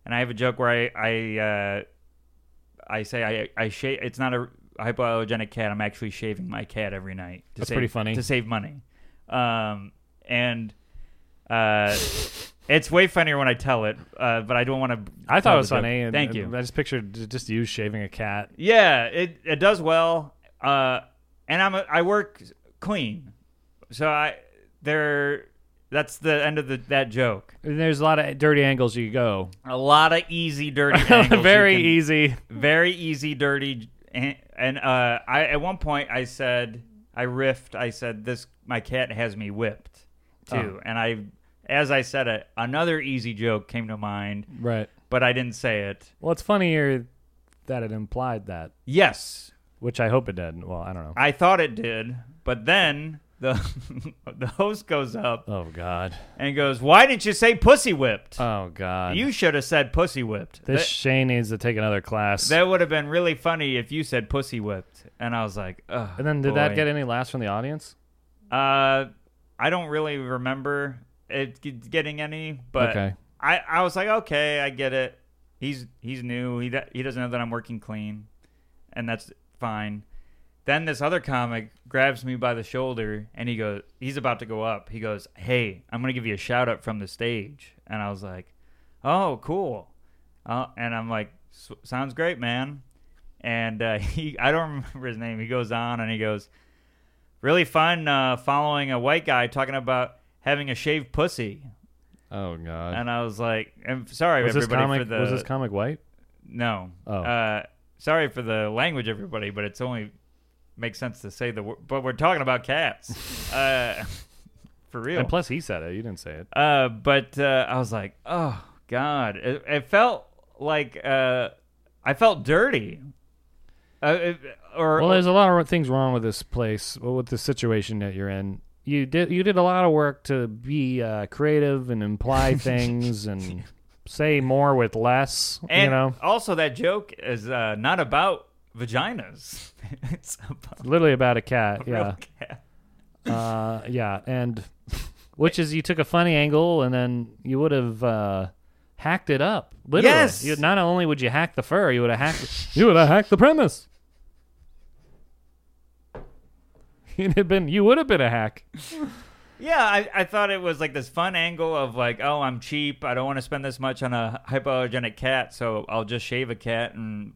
S1: And I have a joke where I I uh, I say I I shave. It's not a hypoallergenic cat. I'm actually shaving my cat every night. to
S2: That's
S1: save-
S2: pretty funny.
S1: to save money. Um, and uh, it's way funnier when I tell it, uh, but I don't want to.
S2: I thought it was funny. And,
S1: Thank
S2: and
S1: you.
S2: I just pictured j- just you shaving a cat.
S1: Yeah, it it does well. Uh, and I'm a, I work clean, so I there. That's the end of the that joke.
S2: And there's a lot of dirty angles you go.
S1: A lot of easy dirty, angles you
S2: Very
S1: can-
S2: easy.
S1: very easy dirty. And, and uh, I at one point I said I riffed. I said this my cat has me whipped
S2: Oh.
S1: too, and I as I said it, another easy joke came to mind,
S2: Right.
S1: but I didn't say it.
S2: Well, it's funnier that it implied that,
S1: Yes,
S2: which I hope it did. Well, I don't know.
S1: I thought it did, but then the the host goes up
S2: Oh God.
S1: and goes, "Why didn't you say pussy whipped?
S2: Oh God.
S1: you should have said pussy whipped.
S2: this
S1: that,
S2: Shane needs to take another class.
S1: that would have been really funny if you said pussy whipped." And I was like, "Ugh."
S2: and then did that
S1: boy."
S2: get any laughs from the audience?
S1: Uh, I don't really remember it g- getting any, but
S2: Okay.
S1: I I was like, "Okay, I get it. He's he's new. He do- he doesn't know that I'm working clean, and that's fine." Then this other comic grabs me by the shoulder and he goes, he's about to go up. He goes, Hey, I'm going to give you a shout out from the stage. And I was like, Oh, cool. Uh, and I'm like, "S- Sounds great, man. And uh, he, I don't remember his name. He goes on and he goes, Really fun uh, following a white guy talking about having a shaved pussy.
S2: Oh God.
S1: And I was like, I'm sorry,
S2: was this
S1: everybody,
S2: comic?
S1: for the.
S2: Was this comic white?
S1: No.
S2: Oh.
S1: Uh, sorry for the language, everybody, but it's only makes sense to say the word. But we're talking about cats, uh, for real.
S2: And plus, he said it. You didn't say it.
S1: uh, but uh, I was like, oh god, it, it felt like uh, I felt dirty. Uh, it- or
S2: Well, there's a lot of things wrong with this place, well, with the situation that you're in. You did you did a lot of work to be uh, creative and imply things and say more with less.
S1: and
S2: you know,
S1: also that joke is uh, not about vaginas. it's about
S2: literally about a cat.
S1: real
S2: yeah.
S1: cat.
S2: uh, yeah, and which is you took a funny angle and then you would have uh, hacked it up. Literally,
S1: Yes!
S2: You, not only would you hack the fur, you would have hacked. you would have hacked the premise. You'd have been. You would have been a hack.
S1: Yeah, I, I thought it was like this fun angle of like, oh, I'm cheap. I don't want to spend this much on a hypoallergenic cat, so I'll just shave a cat and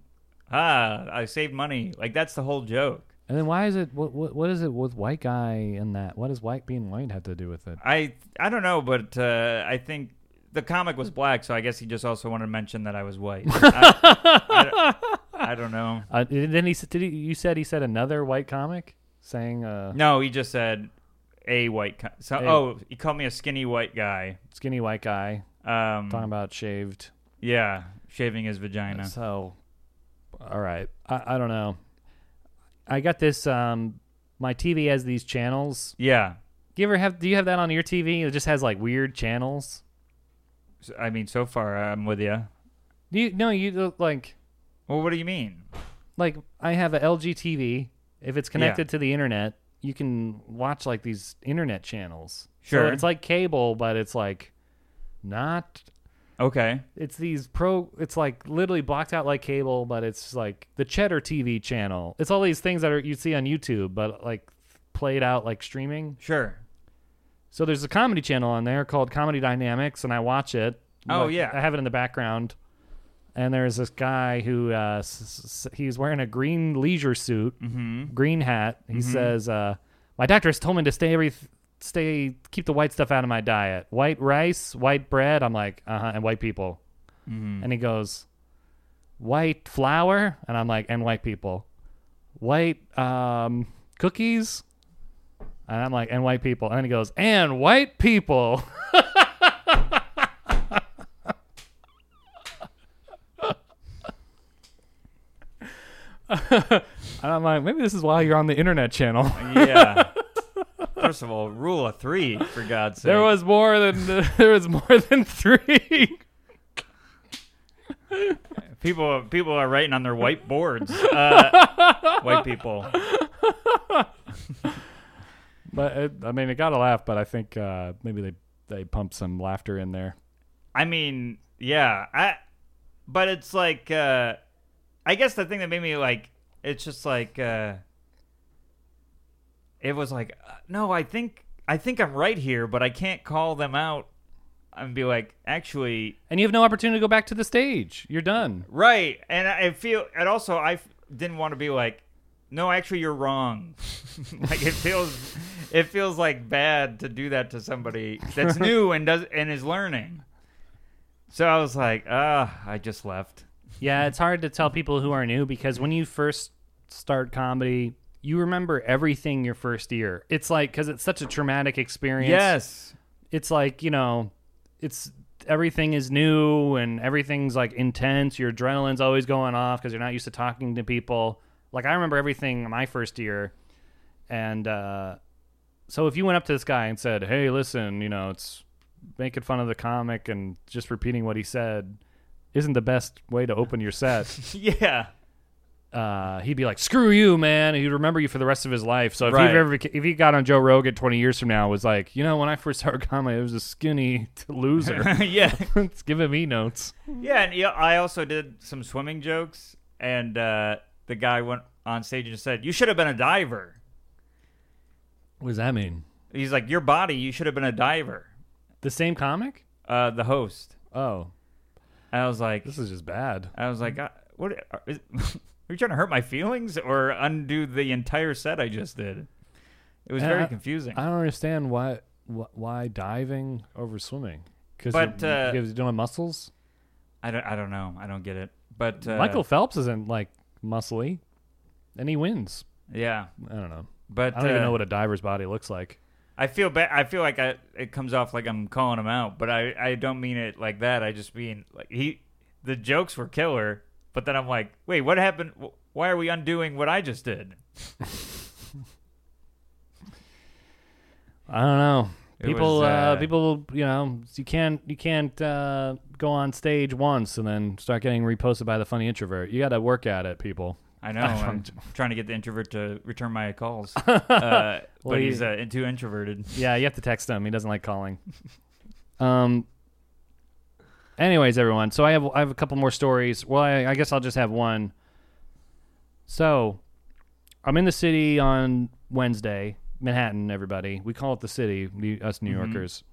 S1: ah, I save money. Like that's the whole joke.
S2: And then why is it? What, what what is it with white guy and that? What does white being white have to do with it?
S1: I I don't know, but uh, I think the comic was black, so I guess he just also wanted to mention that I was white. I, I- I don't know.
S2: Uh, and then he s- did. He, you said he said another white comic saying uh,
S1: No, he just said a white. Co- so, Oh, he called me a skinny white guy.
S2: skinny white guy
S1: Um,
S2: talking about shaved
S1: yeah, shaving his vagina.
S2: So, all right. I, I don't know. I got this. Um, my TV has these channels.
S1: Yeah,
S2: Do you ever have? Do you have that on your TV? It just has like weird channels.
S1: So, I mean, so far I'm with you.
S2: Do you? No, you look like
S1: Well, what do you mean?
S2: like I have a LG TV. If it's connected to the internet, you can watch like these internet channels. So
S1: Sure.
S2: it's like cable, but it's like not.
S1: Okay.
S2: It's these pro. It's like literally blocked out like cable, but it's like the Cheddar TV channel. It's all these things that are you see on YouTube, but like played out like streaming.
S1: Sure.
S2: So there's a comedy channel on there called Comedy Dynamics, and I watch it.
S1: Oh, yeah.
S2: I have it in the background. And there's this guy who uh, s- s- he's wearing a green leisure suit,
S1: Mm-hmm.
S2: green hat. He says, uh, "My doctor has told me to stay every." Stay, keep the white stuff out of my diet. White rice, white bread. I'm like, uh huh, and white people.
S1: Mm-hmm.
S2: And he goes, white flour, and I'm like, and white people, white um, cookies, and I'm like, and white people, and then he goes, and white people. and I'm like, maybe this is why you're on the internet channel.
S1: Yeah. First of all, rule of three, for God's sake.
S2: There was more than there was more than three.
S1: people. People are writing on their white boards. Uh, white people.
S2: But it, I mean, it got a laugh. But I think uh, maybe they they pumped some laughter in there.
S1: I mean, yeah, I but it's like uh I guess the thing that made me like it's just like uh it was like uh, no, I think I think I'm right here, but I can't call them out and be like, actually,
S2: And you have no opportunity to go back to the stage. You're done.
S1: right. And I I feel and also I f- didn't want to be like no, actually you're wrong. like it feels it feels like bad to do that to somebody that's new and does and is learning. So I was like, ah, I just left.
S2: Yeah, it's hard to tell people who are new because when you first start comedy, you remember everything your first year. It's like because it's such a traumatic experience.
S1: Yes.
S2: it's like you know, it's everything is new and everything's like intense. Your adrenaline's always going off because you're not used to talking to people. Like I remember everything my first year, and uh, so if you went up to this guy and said, "Hey, listen, you know, it's making fun of the comic and just repeating what he said." Isn't the best way to open your set?
S1: Yeah.
S2: uh, he'd be like, "Screw you, man!" And he'd remember you for the rest of his life. So if
S1: Right.
S2: he ever if he got on Joe Rogan twenty years from now, was like, you know, when I first started comedy, I was a skinny loser.
S1: yeah.
S2: it's giving me notes.
S1: Yeah. And yeah, I also did some swimming jokes, and uh, the guy went on stage and said, You should have been a diver.
S2: What does that mean?
S1: He's like, Your body, you should have been a diver.
S2: The same comic?
S1: Uh, the host.
S2: Oh,
S1: And I was like,
S2: this is just bad.
S1: I was
S2: Mm-hmm.
S1: like, "Uh, What are, is, are you trying to hurt my feelings or undo the entire set I just did? It was
S2: Yeah,
S1: very
S2: I-
S1: confusing.
S2: I don't understand why wh- why diving over swimming because
S1: But,
S2: you're,
S1: uh,
S2: because you're doing muscles.
S1: I don't, I don't know. I don't get it. But uh,
S2: Michael Phelps isn't like muscly, and he wins.
S1: Yeah.
S2: I don't know.
S1: But
S2: I don't even
S1: uh,
S2: know what a diver's body looks like.
S1: I feel bad. I feel like I, it comes off like I'm calling him out, but I, I don't mean it like that. I just mean like he, the jokes were killer, but then I'm like, wait, what happened? Wh- Why are we undoing what I just did?
S2: I don't know.
S1: It
S2: People,
S1: was,
S2: uh,
S1: uh,
S2: people, you know, you can't you can't uh, go on stage once and then start getting reposted by the funny introvert. You got to work at it, people.
S1: I know.
S2: I'm
S1: I'm
S2: j-
S1: trying to get the introvert to return my calls, uh,
S2: Well,
S1: but he's
S2: you-
S1: uh, too introverted.
S2: Yeah, you have to text him. He doesn't like calling. um. Anyways, everyone. So I have I have a couple more stories. Well, I, I guess I'll just have one. So, I'm in the city on Wednesday, Manhattan. Everybody, we call it the city. the- Us New Yorkers.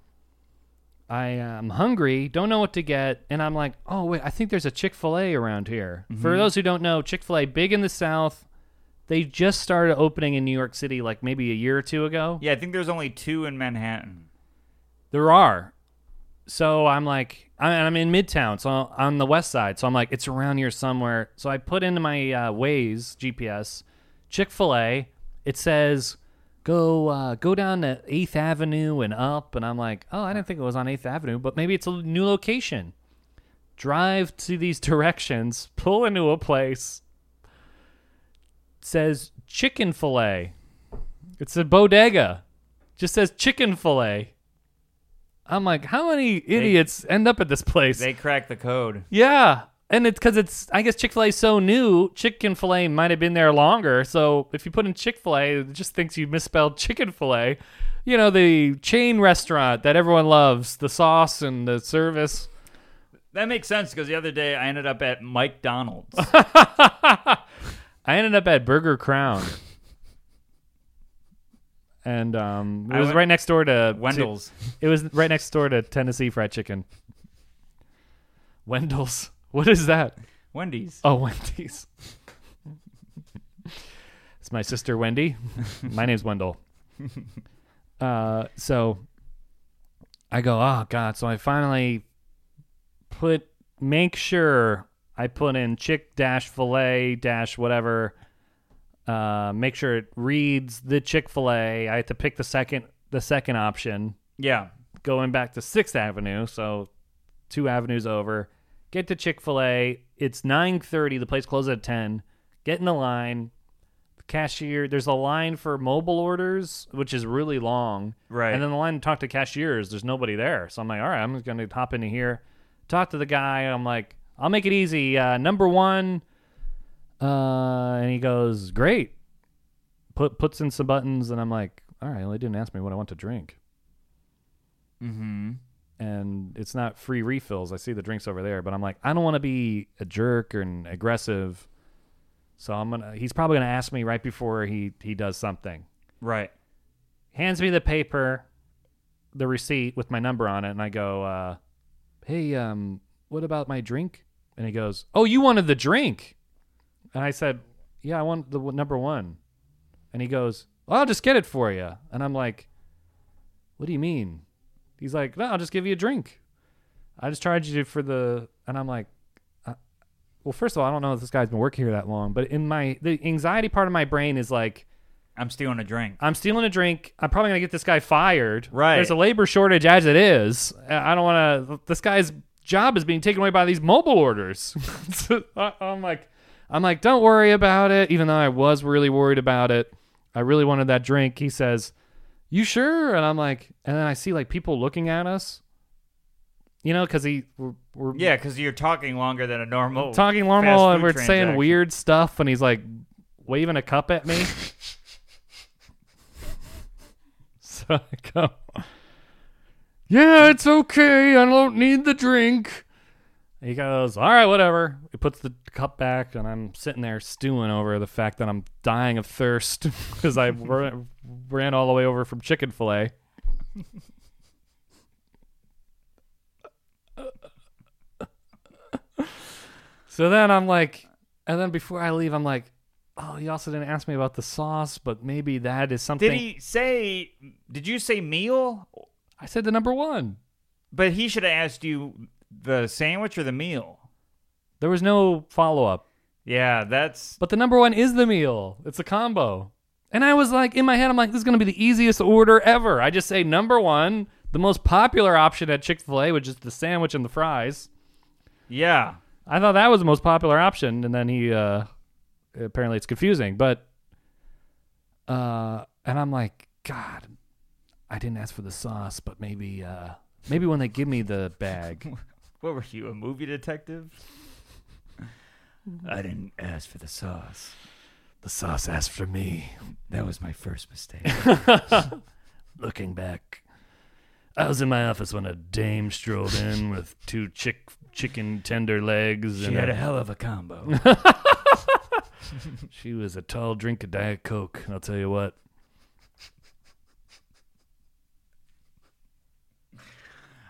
S2: I am hungry, don't know what to get, and I'm like, oh wait, I think there's a Chick Fil A around here. For those who don't know, Chick Fil A big in the South. They just started opening in New York City, like maybe a year or two ago.
S1: Yeah, I think there's only two in Manhattan.
S2: There are. So I'm like, I- and I'm in Midtown, so on the west side. So I'm like, it's around here somewhere. So I put into my uh, Waze GPS, Chick Fil A. It says, go uh, go down to Eighth Avenue and up. And I'm like, oh, I didn't think it was on Eighth Avenue, but maybe it's a new location. Drive to these directions, pull into a place. Says chicken fillet. It's a bodega. Just says chicken fillet. I'm like, how many idiots end up at this place?
S1: They cracked the code.
S2: yeah. And it's because it's, I guess Chick fil A is so new, chicken filet might have been there longer. So if you put in Chick fil A, it just thinks you misspelled chicken filet. You know, the chain restaurant that everyone loves, the sauce and the service.
S1: That makes sense because the other day I ended up at Mike Donald's.
S2: I ended up at Burger Crown. and um, it
S1: I
S2: was
S1: went-
S2: right next door to to-
S1: Wendell's.
S2: it was right next door to Tennessee Fried Chicken. Wendell's. What is that?
S1: Wendy's.
S2: Oh, Wendy's. it's my sister Wendy. my name's Wendell. Uh, so I go, oh god. So I finally put make sure I put in chick dash fillet dash whatever. Uh, make sure it reads the Chick Fil A. I had to pick the second the second option
S1: Yeah.
S2: going back to Sixth Avenue, so two avenues over. Get to Chick Fil A. It's nine thirty. The place closes at ten. Get in the line. The cashier. There's a line for mobile orders, which is really long.
S1: Right.
S2: And then the line to talk to cashiers. There's nobody there. So I'm like, all right, I'm just gonna hop into here, talk to the guy. I'm like, I'll make it easy. Uh, number one. Uh, and he goes, great. Put puts in some buttons, and I'm like, all right. Well, they didn't ask me what I want to drink
S1: Mm-hmm.
S2: and it's not free refills. I see the drinks over there, but I'm like, I don't want to be a jerk and aggressive. So I'm gonna. He's probably gonna ask me right before he he does something.
S1: Right.
S2: Hands me the paper, the receipt with my number on it, and I go, uh, "Hey, um, what about my drink?" And he goes, "Oh, you wanted the drink?" And I said, "Yeah, I want the w- number one." And he goes, well, "I'll just get it for you." And I'm like, "What do you mean?" He's like, "No, I'll just give you a drink. I just charged you for the." And I'm like, uh, "Well, first of all, I don't know if this guy's been working here that long, but in my the anxiety part of my brain is like."
S1: I'm stealing a drink.
S2: I'm stealing a drink. I'm probably gonna get this guy fired.
S1: Right.
S2: There's a labor shortage as it is. I I don't want to. This guy's job is being taken away by these mobile orders. So, I- I'm like, I'm like, don't worry about it. Even though I was really worried about it, I really wanted that drink. He says, "You sure?" And I'm like, and then I see like people looking at us. You know, because he we're, we're
S1: Yeah, because you're talking longer than a normal.
S2: talking
S1: Oh, fast
S2: normal and
S1: food
S2: we're saying
S1: transaction.
S2: weird stuff and he's like waving a cup at me so i go yeah it's okay i don't need the drink he goes all right whatever he puts the cup back and i'm sitting there stewing over the fact that i'm dying of thirst because i ran, ran all the way over from chicken fillet So then I'm like, and then before I leave, I'm like, oh, he also didn't ask me about the sauce, but maybe that is something.
S1: Did he say? Did you say meal?
S2: I said the number one.
S1: But he should have asked you the sandwich or the meal.
S2: There was no follow up,
S1: Yeah, that's
S2: but the number one is the meal. It's a combo. And I was like, in my head, I'm like, this is going to be the easiest order ever. I just say number one, the most popular option at Chick fil A, which is the sandwich and the fries.
S1: yeah.
S2: I thought that was the most popular option, and then he uh, apparently it's confusing. But uh, and I'm like, God, I didn't ask for the sauce, but maybe uh, maybe when they give me the bag,
S1: What were you, a movie detective? I didn't ask for the sauce.
S2: the sauce asked for me.
S1: That was my first mistake.
S2: Looking back, I was in my office when a dame strolled in with two chick chicken tender legs.
S1: she
S2: and
S1: had
S2: a-
S1: a hell of a combo.
S2: She was a tall drink of Diet Coke, and I'll tell you what.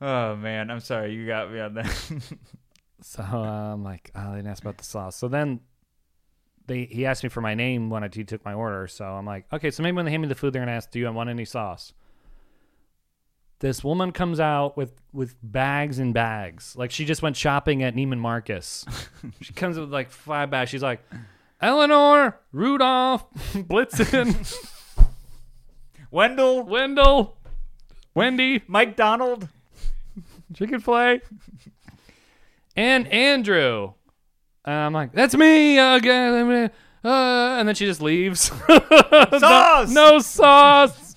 S1: oh man, I'm sorry you got me on that.
S2: So uh, I'm like, oh, they didn't ask about the sauce. So then they he asked me for my name when I he took my order. So I'm like, okay, so maybe when they hand me the food, they're gonna ask, do you want any sauce? This woman comes out with with bags and bags, like she just went shopping at Neiman Marcus. she comes with like five bags. She's like, Eleanor, Rudolph, Blitzen,
S1: Wendell,
S2: Wendell, Wendy,
S1: Mike Donald.
S2: Chicken Filet, and Andrew. And I'm like, that's me again. Uh, and then she just leaves. No-
S1: Sauce!
S2: no, sauce.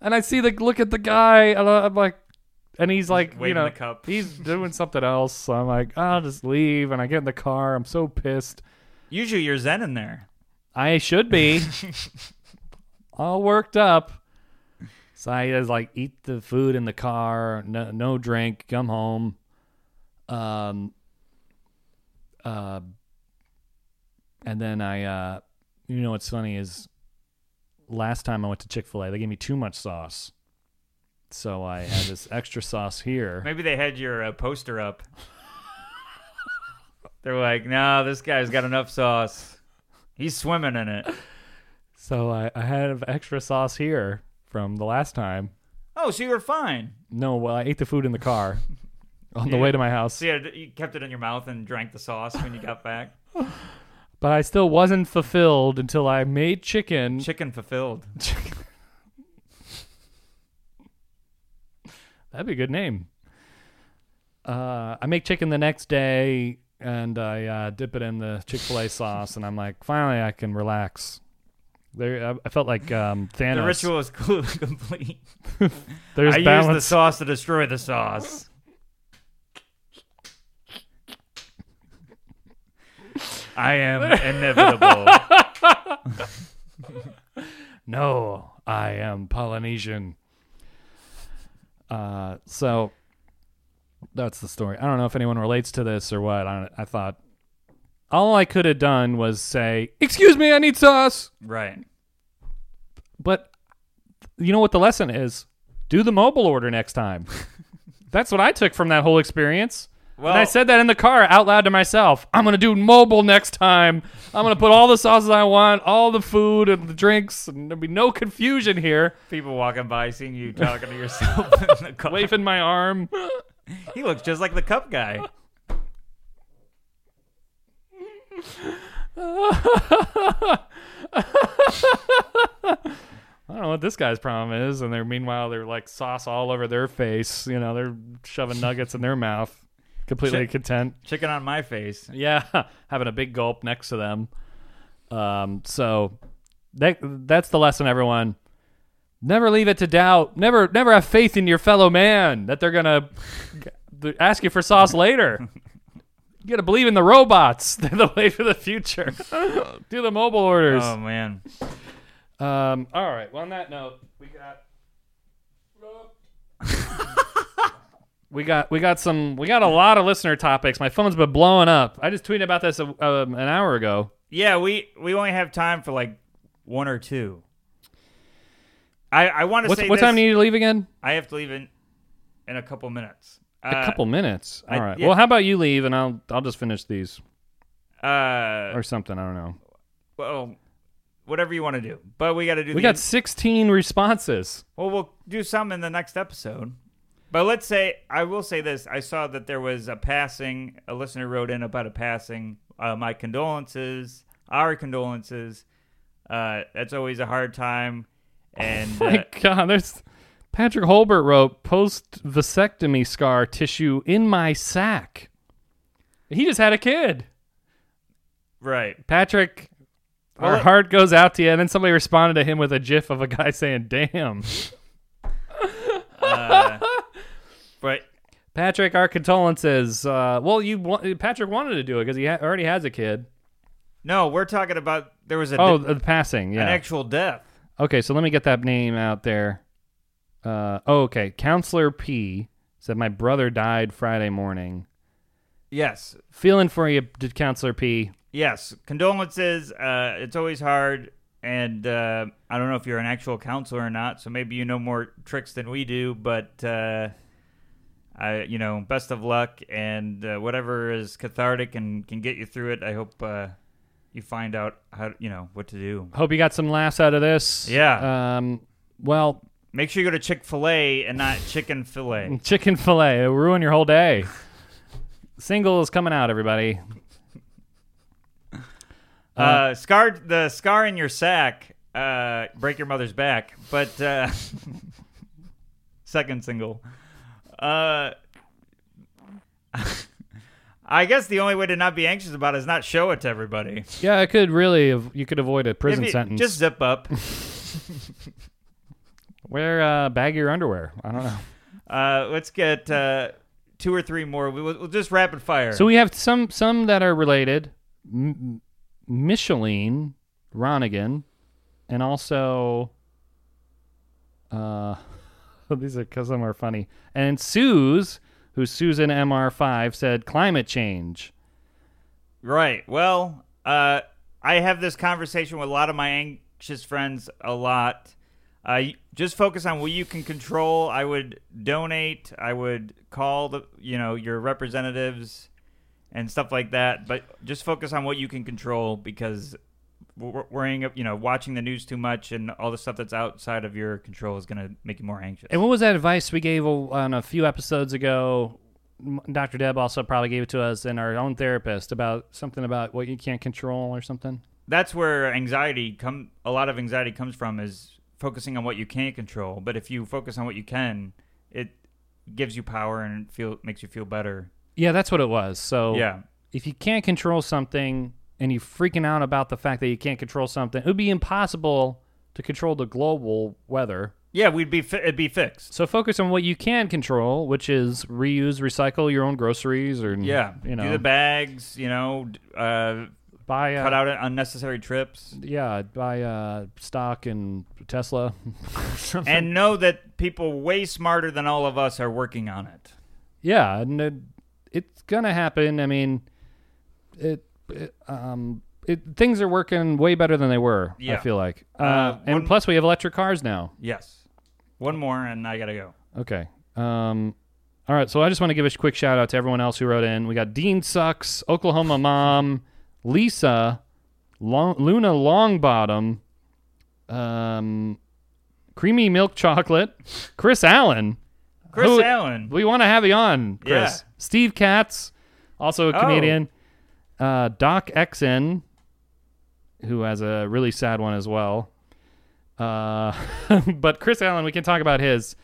S2: And I see the look at the guy, and I'm like, and he's like, you
S1: waving
S2: know,
S1: the cup.
S2: he's doing something else. So I'm like, I'll just leave. And I get in the car. I'm so pissed.
S1: Usually you're zen in there.
S2: I should be all worked up. So I just like eat the food in the car, no, no drink, come home. Um, uh, and then I, uh, you know what's funny is last time I went to Chick Fil A, they gave me too much sauce, so I had this extra sauce here.
S1: Maybe they had your uh, poster up. They're like, no, this guy's got enough sauce. He's swimming in it.
S2: So I, I had extra sauce here from the last time.
S1: Oh, so you were fine.
S2: No, well, I ate the food in the car on the way to my house,
S1: So you, had, you kept it in your mouth and drank the sauce when you got back.
S2: but I still wasn't fulfilled until I made chicken.
S1: Chicken fulfilled.
S2: That'd be a good name. Uh, I make chicken the next day and I uh, dip it in the Chick fil A sauce, and I'm like, finally, I can relax. There, I, I felt like um, Thanos.
S1: The ritual is cl- complete.
S2: There's
S1: I
S2: balance.
S1: used the sauce to destroy the sauce. I am inevitable.
S2: no, I am Polynesian. Uh, so that's the story. I don't know if anyone relates to this or what. I, I thought all I could have done was say, "Excuse me, I need sauce."
S1: right.
S2: But you know what the lesson is? Do the mobile order next time. That's what I took from that whole experience.
S1: Well,
S2: and I said that in the car out loud to myself. I'm going to do mobile next time. I'm going to put all the sauces I want, all the food and the drinks, and there'll be no confusion here.
S1: people walking by seeing you talking to yourself in the car.
S2: Waving my arm.
S1: He looks just like the cup guy.
S2: I don't know what this guy's problem is. And they're, meanwhile, they're like sauce all over their face. You know, they're shoving nuggets in their mouth, completely
S1: Shit.
S2: content.
S1: Chicken on my face.
S2: Yeah, having a big gulp next to them. Um, so that that's the lesson, everyone. Never leave it to doubt. Never never have faith in your fellow man that they're gonna th- ask you for sauce later. You gotta believe in the robots. They're the way for the future. Do the mobile orders.
S1: Oh man.
S2: Um, all right. Well, on that note, we got we got we got some we got a lot of listener topics. My phone's been blowing up. I just tweeted about this a, um, an hour ago.
S1: Yeah, we we only have time for like one or two. I I want to
S2: What's,
S1: say
S2: what
S1: this.
S2: time do you need to leave again?
S1: I have to leave in in a couple minutes. Uh,
S2: a couple minutes.
S1: I-
S2: All right.
S1: yeah.
S2: Well, how about you leave and I'll I'll just finish these
S1: Uh,
S2: or something. I don't know.
S1: well, whatever you want to do, but we got to do.
S2: We
S1: the
S2: got 16 responses.
S1: Well, we'll do some in the next episode. But let's say I will say this: I saw that there was a passing. A listener wrote in about a passing. Uh, my condolences, our condolences. Uh, that's always a hard time, and uh,
S2: My God, there's Patrick Holbert wrote post vasectomy scar tissue in my sack. He just had a kid.
S1: right.
S2: Patrick, our
S1: Well, it-
S2: heart goes out to you. And then somebody responded to him with a gif of a guy saying, damn.
S1: But
S2: Patrick, our condolences. Uh, well, you wa- Patrick wanted to do it because he ha- already has a kid.
S1: no, we're talking about there was a de-
S2: Oh, the passing. Yeah.
S1: an actual death.
S2: Okay, so let me get that name out there. Uh, oh, okay. Counselor P said, My brother died Friday morning.
S1: Yes,
S2: Feeling for you, d- Counselor P.
S1: Yes, condolences. Uh, it's always hard, and uh, I don't know if you're an actual counselor or not, so maybe you know more tricks than we do. But uh, I, you know, best of luck, and uh, whatever is cathartic and can get you through it. I hope uh, you find out how you know what to do.
S2: Hope you got some laughs out of this.
S1: Yeah.
S2: Um, well,
S1: Make sure you go to Chick Fil A and not Chicken Fillet.
S2: Chicken fillet. It'll ruin your whole day. Single is coming out, everybody. Uh-huh.
S1: Uh, scar the scar in your sack. Uh, break your mother's back. But uh, second single. Uh, I guess the only way to not be anxious about it is not show it to everybody.
S2: Yeah, it could really, av- you could avoid a prison
S1: If you-
S2: sentence.
S1: Just zip up.
S2: Wear uh, baggier underwear. I don't know.
S1: Uh, let's get uh, two or three more. We will, we'll just rapid fire.
S2: So we have some some that are related. M- Micheline Ronigan, and also, uh, these are because some are funny. And Suze, who's Susan Mr. Five, said climate change.
S1: right. Well, uh, I have this conversation with a lot of my anxious friends a lot. Uh, y- just focus on what you can control. I would donate. I would call the you know your representatives and stuff like that. But just focus on what you can control because wor- worrying you know watching the news too much and all the stuff that's outside of your control is going to make you more anxious.
S2: And what was that advice we gave on a few episodes ago? M- Dr. Deb also probably gave it to us and our own therapist about something about what you can't control or something.
S1: that's where anxiety come a lot of anxiety comes from is focusing on what you can't control but if you focus on what you can it gives you power and feel makes you feel better
S2: Yeah, that's what it was. So
S1: yeah
S2: if you can't control something and you're freaking out about the fact that you can't control something, it would be impossible to control the global weather.
S1: yeah we'd be fi- it'd be fixed
S2: So focus on what you can control, which is reuse, recycle your own groceries, or
S1: yeah
S2: you know,
S1: do the bags you know d- uh,
S2: buy uh,
S1: cut out unnecessary trips
S2: yeah, buy uh, stock in Tesla. Something.
S1: and know that people way smarter than all of us are working on it
S2: yeah, and it, it's gonna happen. I mean, it, it um. It, things are working way better than they were. I
S1: Yeah.
S2: feel like, uh,
S1: Uh,
S2: and
S1: one-
S2: plus we have electric cars now.
S1: yes one more and i gotta go
S2: Okay. Um, all right. So I just want to give a quick shout out to everyone else who wrote in. We got Dean Sucks, Oklahoma Mom, Lisa, Long, Luna Longbottom, um, Creamy Milk Chocolate, Chris Allen.
S1: chris
S2: Who-
S1: allen
S2: We want to have you on, Chris.
S1: Yeah.
S2: Steve Katz, also a
S1: Oh.
S2: comedian. Uh, Doc XN, who has a really sad one as well. Uh, but Chris Allen, we can talk about his.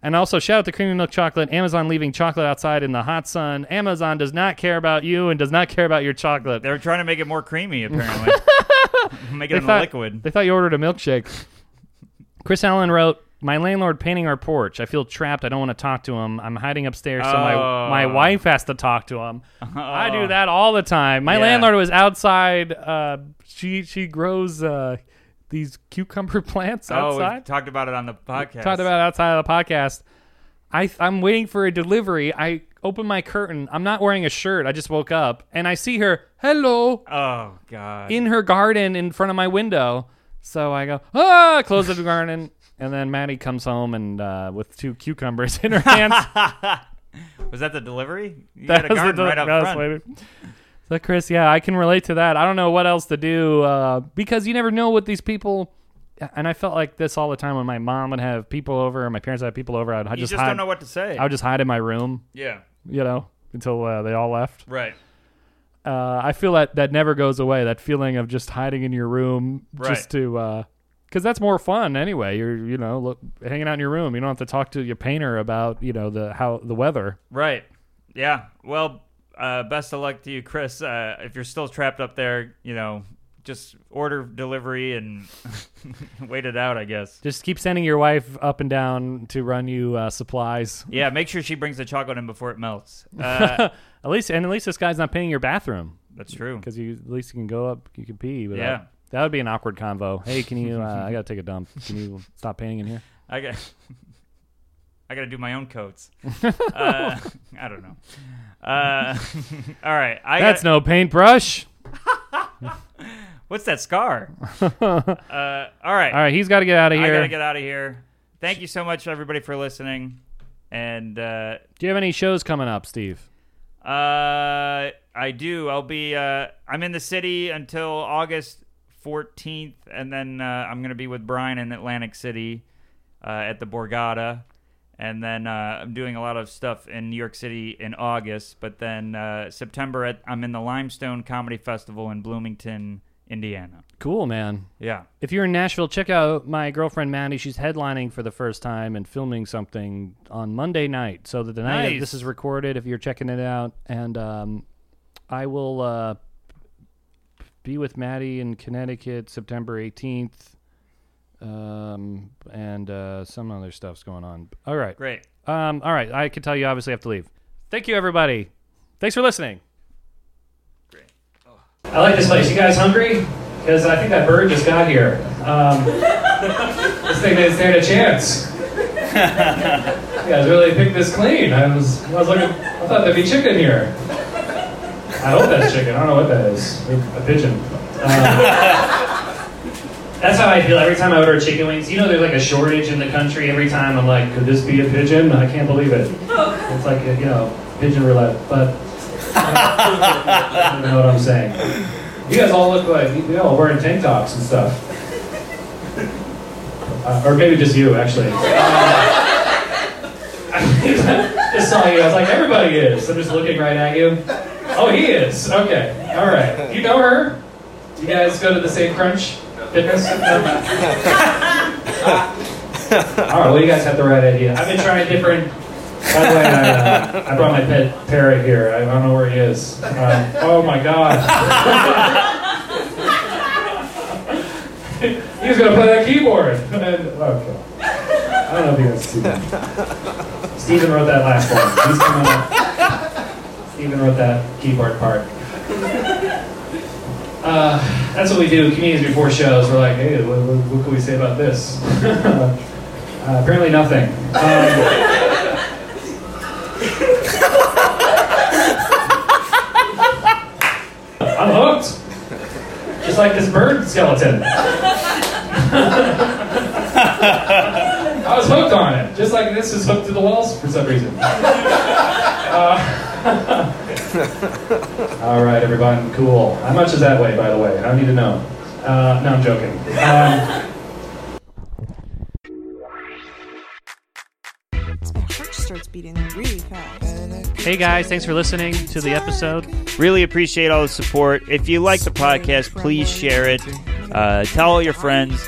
S2: And also, shout out to Creamy Milk Chocolate. Amazon leaving chocolate outside in the hot sun. Amazon does not care about you and does not care about your chocolate.
S1: they were trying to make it more creamy apparently make it
S2: They
S1: in
S2: thought-
S1: a liquid
S2: They thought you ordered a milkshake. Chris Allen wrote, "My landlord painting our porch. I feel trapped. I don't want to talk to him. I'm hiding upstairs, so my
S1: Oh.
S2: my wife has to talk to him. I do that all the time. My
S1: Yeah.
S2: landlord was outside. Uh, she she grows uh, these cucumber plants
S1: Oh, we
S2: outside.
S1: talked about it on the podcast.
S2: Talked about outside of the podcast. I I'm waiting for a delivery. I open my curtain. I'm not wearing a shirt. I just woke up and I see her. Hello
S1: Oh God.
S2: in her garden in front of my window. So I go, ah, close the garden. And then Maddie comes home and uh, with two cucumbers in her hands.
S1: was that the delivery? You got a
S2: was the
S1: garden
S2: del-
S1: right up
S2: that was
S1: front.
S2: later. So Chris, yeah, I can relate to that. I don't know what else to do uh, because you never know what these people. And I felt like this all the time when my mom would have people over, and my parents would have people over. I'd
S1: You just,
S2: hide.
S1: don't know what to say.
S2: I would just hide in my room,
S1: yeah.
S2: you know, until uh, they all left.
S1: Right.
S2: uh, I feel that that never goes away. That feeling of just hiding in your room, just
S1: Right.
S2: to, because that's more fun anyway. You're you know look, hanging out in your room. You don't have to talk to your painter about you know the how the weather.
S1: Right. Yeah. Well, uh, best of luck to you, Chris. Uh, if you're still trapped up there, you know, just order delivery and wait it out. I guess.
S2: Just keep sending your wife up and down to run you uh, supplies.
S1: Yeah. Make sure she brings the chocolate in before it melts. Uh,
S2: At least and at least this guy's not painting your bathroom
S1: that's true.
S2: because you at least you can go up, you can pee. Without,
S1: Yeah.
S2: that would be an awkward convo. Hey, can you? Uh, I gotta take a dump. Can you stop painting in here?
S1: I got. I got to do my own coats. uh, I don't know. Uh, all right. I
S2: That's
S1: got-
S2: no paintbrush.
S1: What's that scar? uh, all right.
S2: All right, he's got to get out of
S1: I
S2: here.
S1: got to get out of here. Thank you so much, everybody, for listening. And uh,
S2: Do you have any shows coming up, Steve?
S1: uh, I do. I'll be, uh, I'm in the city until August 14th. And then uh, I'm going to be with Brian in Atlantic City uh, at the Borgata. And then uh, I'm doing a lot of stuff in New York City in August. But then uh, September, at, I'm in the Limestone Comedy Festival in Bloomington, Indiana.
S2: Cool, man.
S1: Yeah.
S2: If you're in Nashville, check out my girlfriend Maddie. She's headlining for the first time and filming something on Monday night. So that the night that
S1: Nice.
S2: this is recorded, if you're checking it out, and um, I will uh, be with Maddie in Connecticut September 18th, um, and uh, some other stuff's going on. All right,
S1: Great.
S2: um, all right. I can tell you obviously have to leave. Thank you, everybody. Thanks for listening. Oh. I like this place. You guys hungry? Because I think that bird just got here. Um, this thing didn't stand a chance. you guys really picked this clean. I was, I was looking, I thought there'd be chicken here. I I hope that's chicken. I don't know what that is. A pigeon. Um, that's how I feel every time I order chicken wings. You know, there's like a shortage in the country. Every time I'm like, could this be a pigeon? I can't believe it. It's like you know, pigeon roulette. But I don't know what I'm saying. You guys all look like you know wearing tank tops and stuff. Uh, or maybe just you, actually. just saw you. I was like, everybody is. I'm just looking right at you. Oh, he is. Okay. All right. You know her? You guys go to the same crunch fitness? No? All right. Well, you guys have the right idea. I've been trying different. By the way, I, uh, I brought my pet parrot here. I don't know where he is. Um, oh my god. He was gonna play that keyboard. And, okay. I don't know if you guys see that. Steven wrote that last one. He's coming up. Steven wrote that keyboard part. Uh, that's what we do, comedians before shows. We're like, hey, what, what, what can we say about this? uh, apparently nothing. Um, I'm hooked. Just like this bird skeleton. I was hooked on it, just like this is hooked to the walls for some reason. Uh, all right, everyone, cool. How much is that way, by the way? I need to know. Uh, no, I'm joking. Um,
S3: My heart Oh, starts beating really fast.
S5: Hey guys, thanks for listening to the episode.
S1: Really appreciate all the support. If you like the podcast, please share it. Uh, tell all your friends.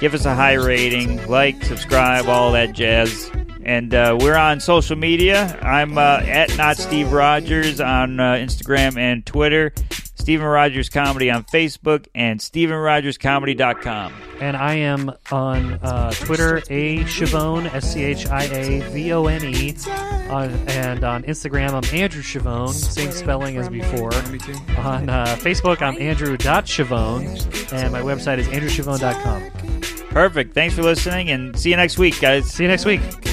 S1: Give us a high rating. Like, subscribe, all that jazz. And uh, we're on social media. I'm uh, at not Steve Rogers on uh, Instagram and Twitter. Steven Rogers Comedy on Facebook and StevenRogersComedy.com.
S5: And I am on uh, Twitter, A Chavone, S C H I A V O N E. On, and on Instagram, I'm Andrew Chavone, same spelling as before. On uh, Facebook, I'm Andrew.Chavone. And my website is AndrewChavone.com.
S1: Perfect. Thanks for listening and see you next week, guys.
S5: See you next week.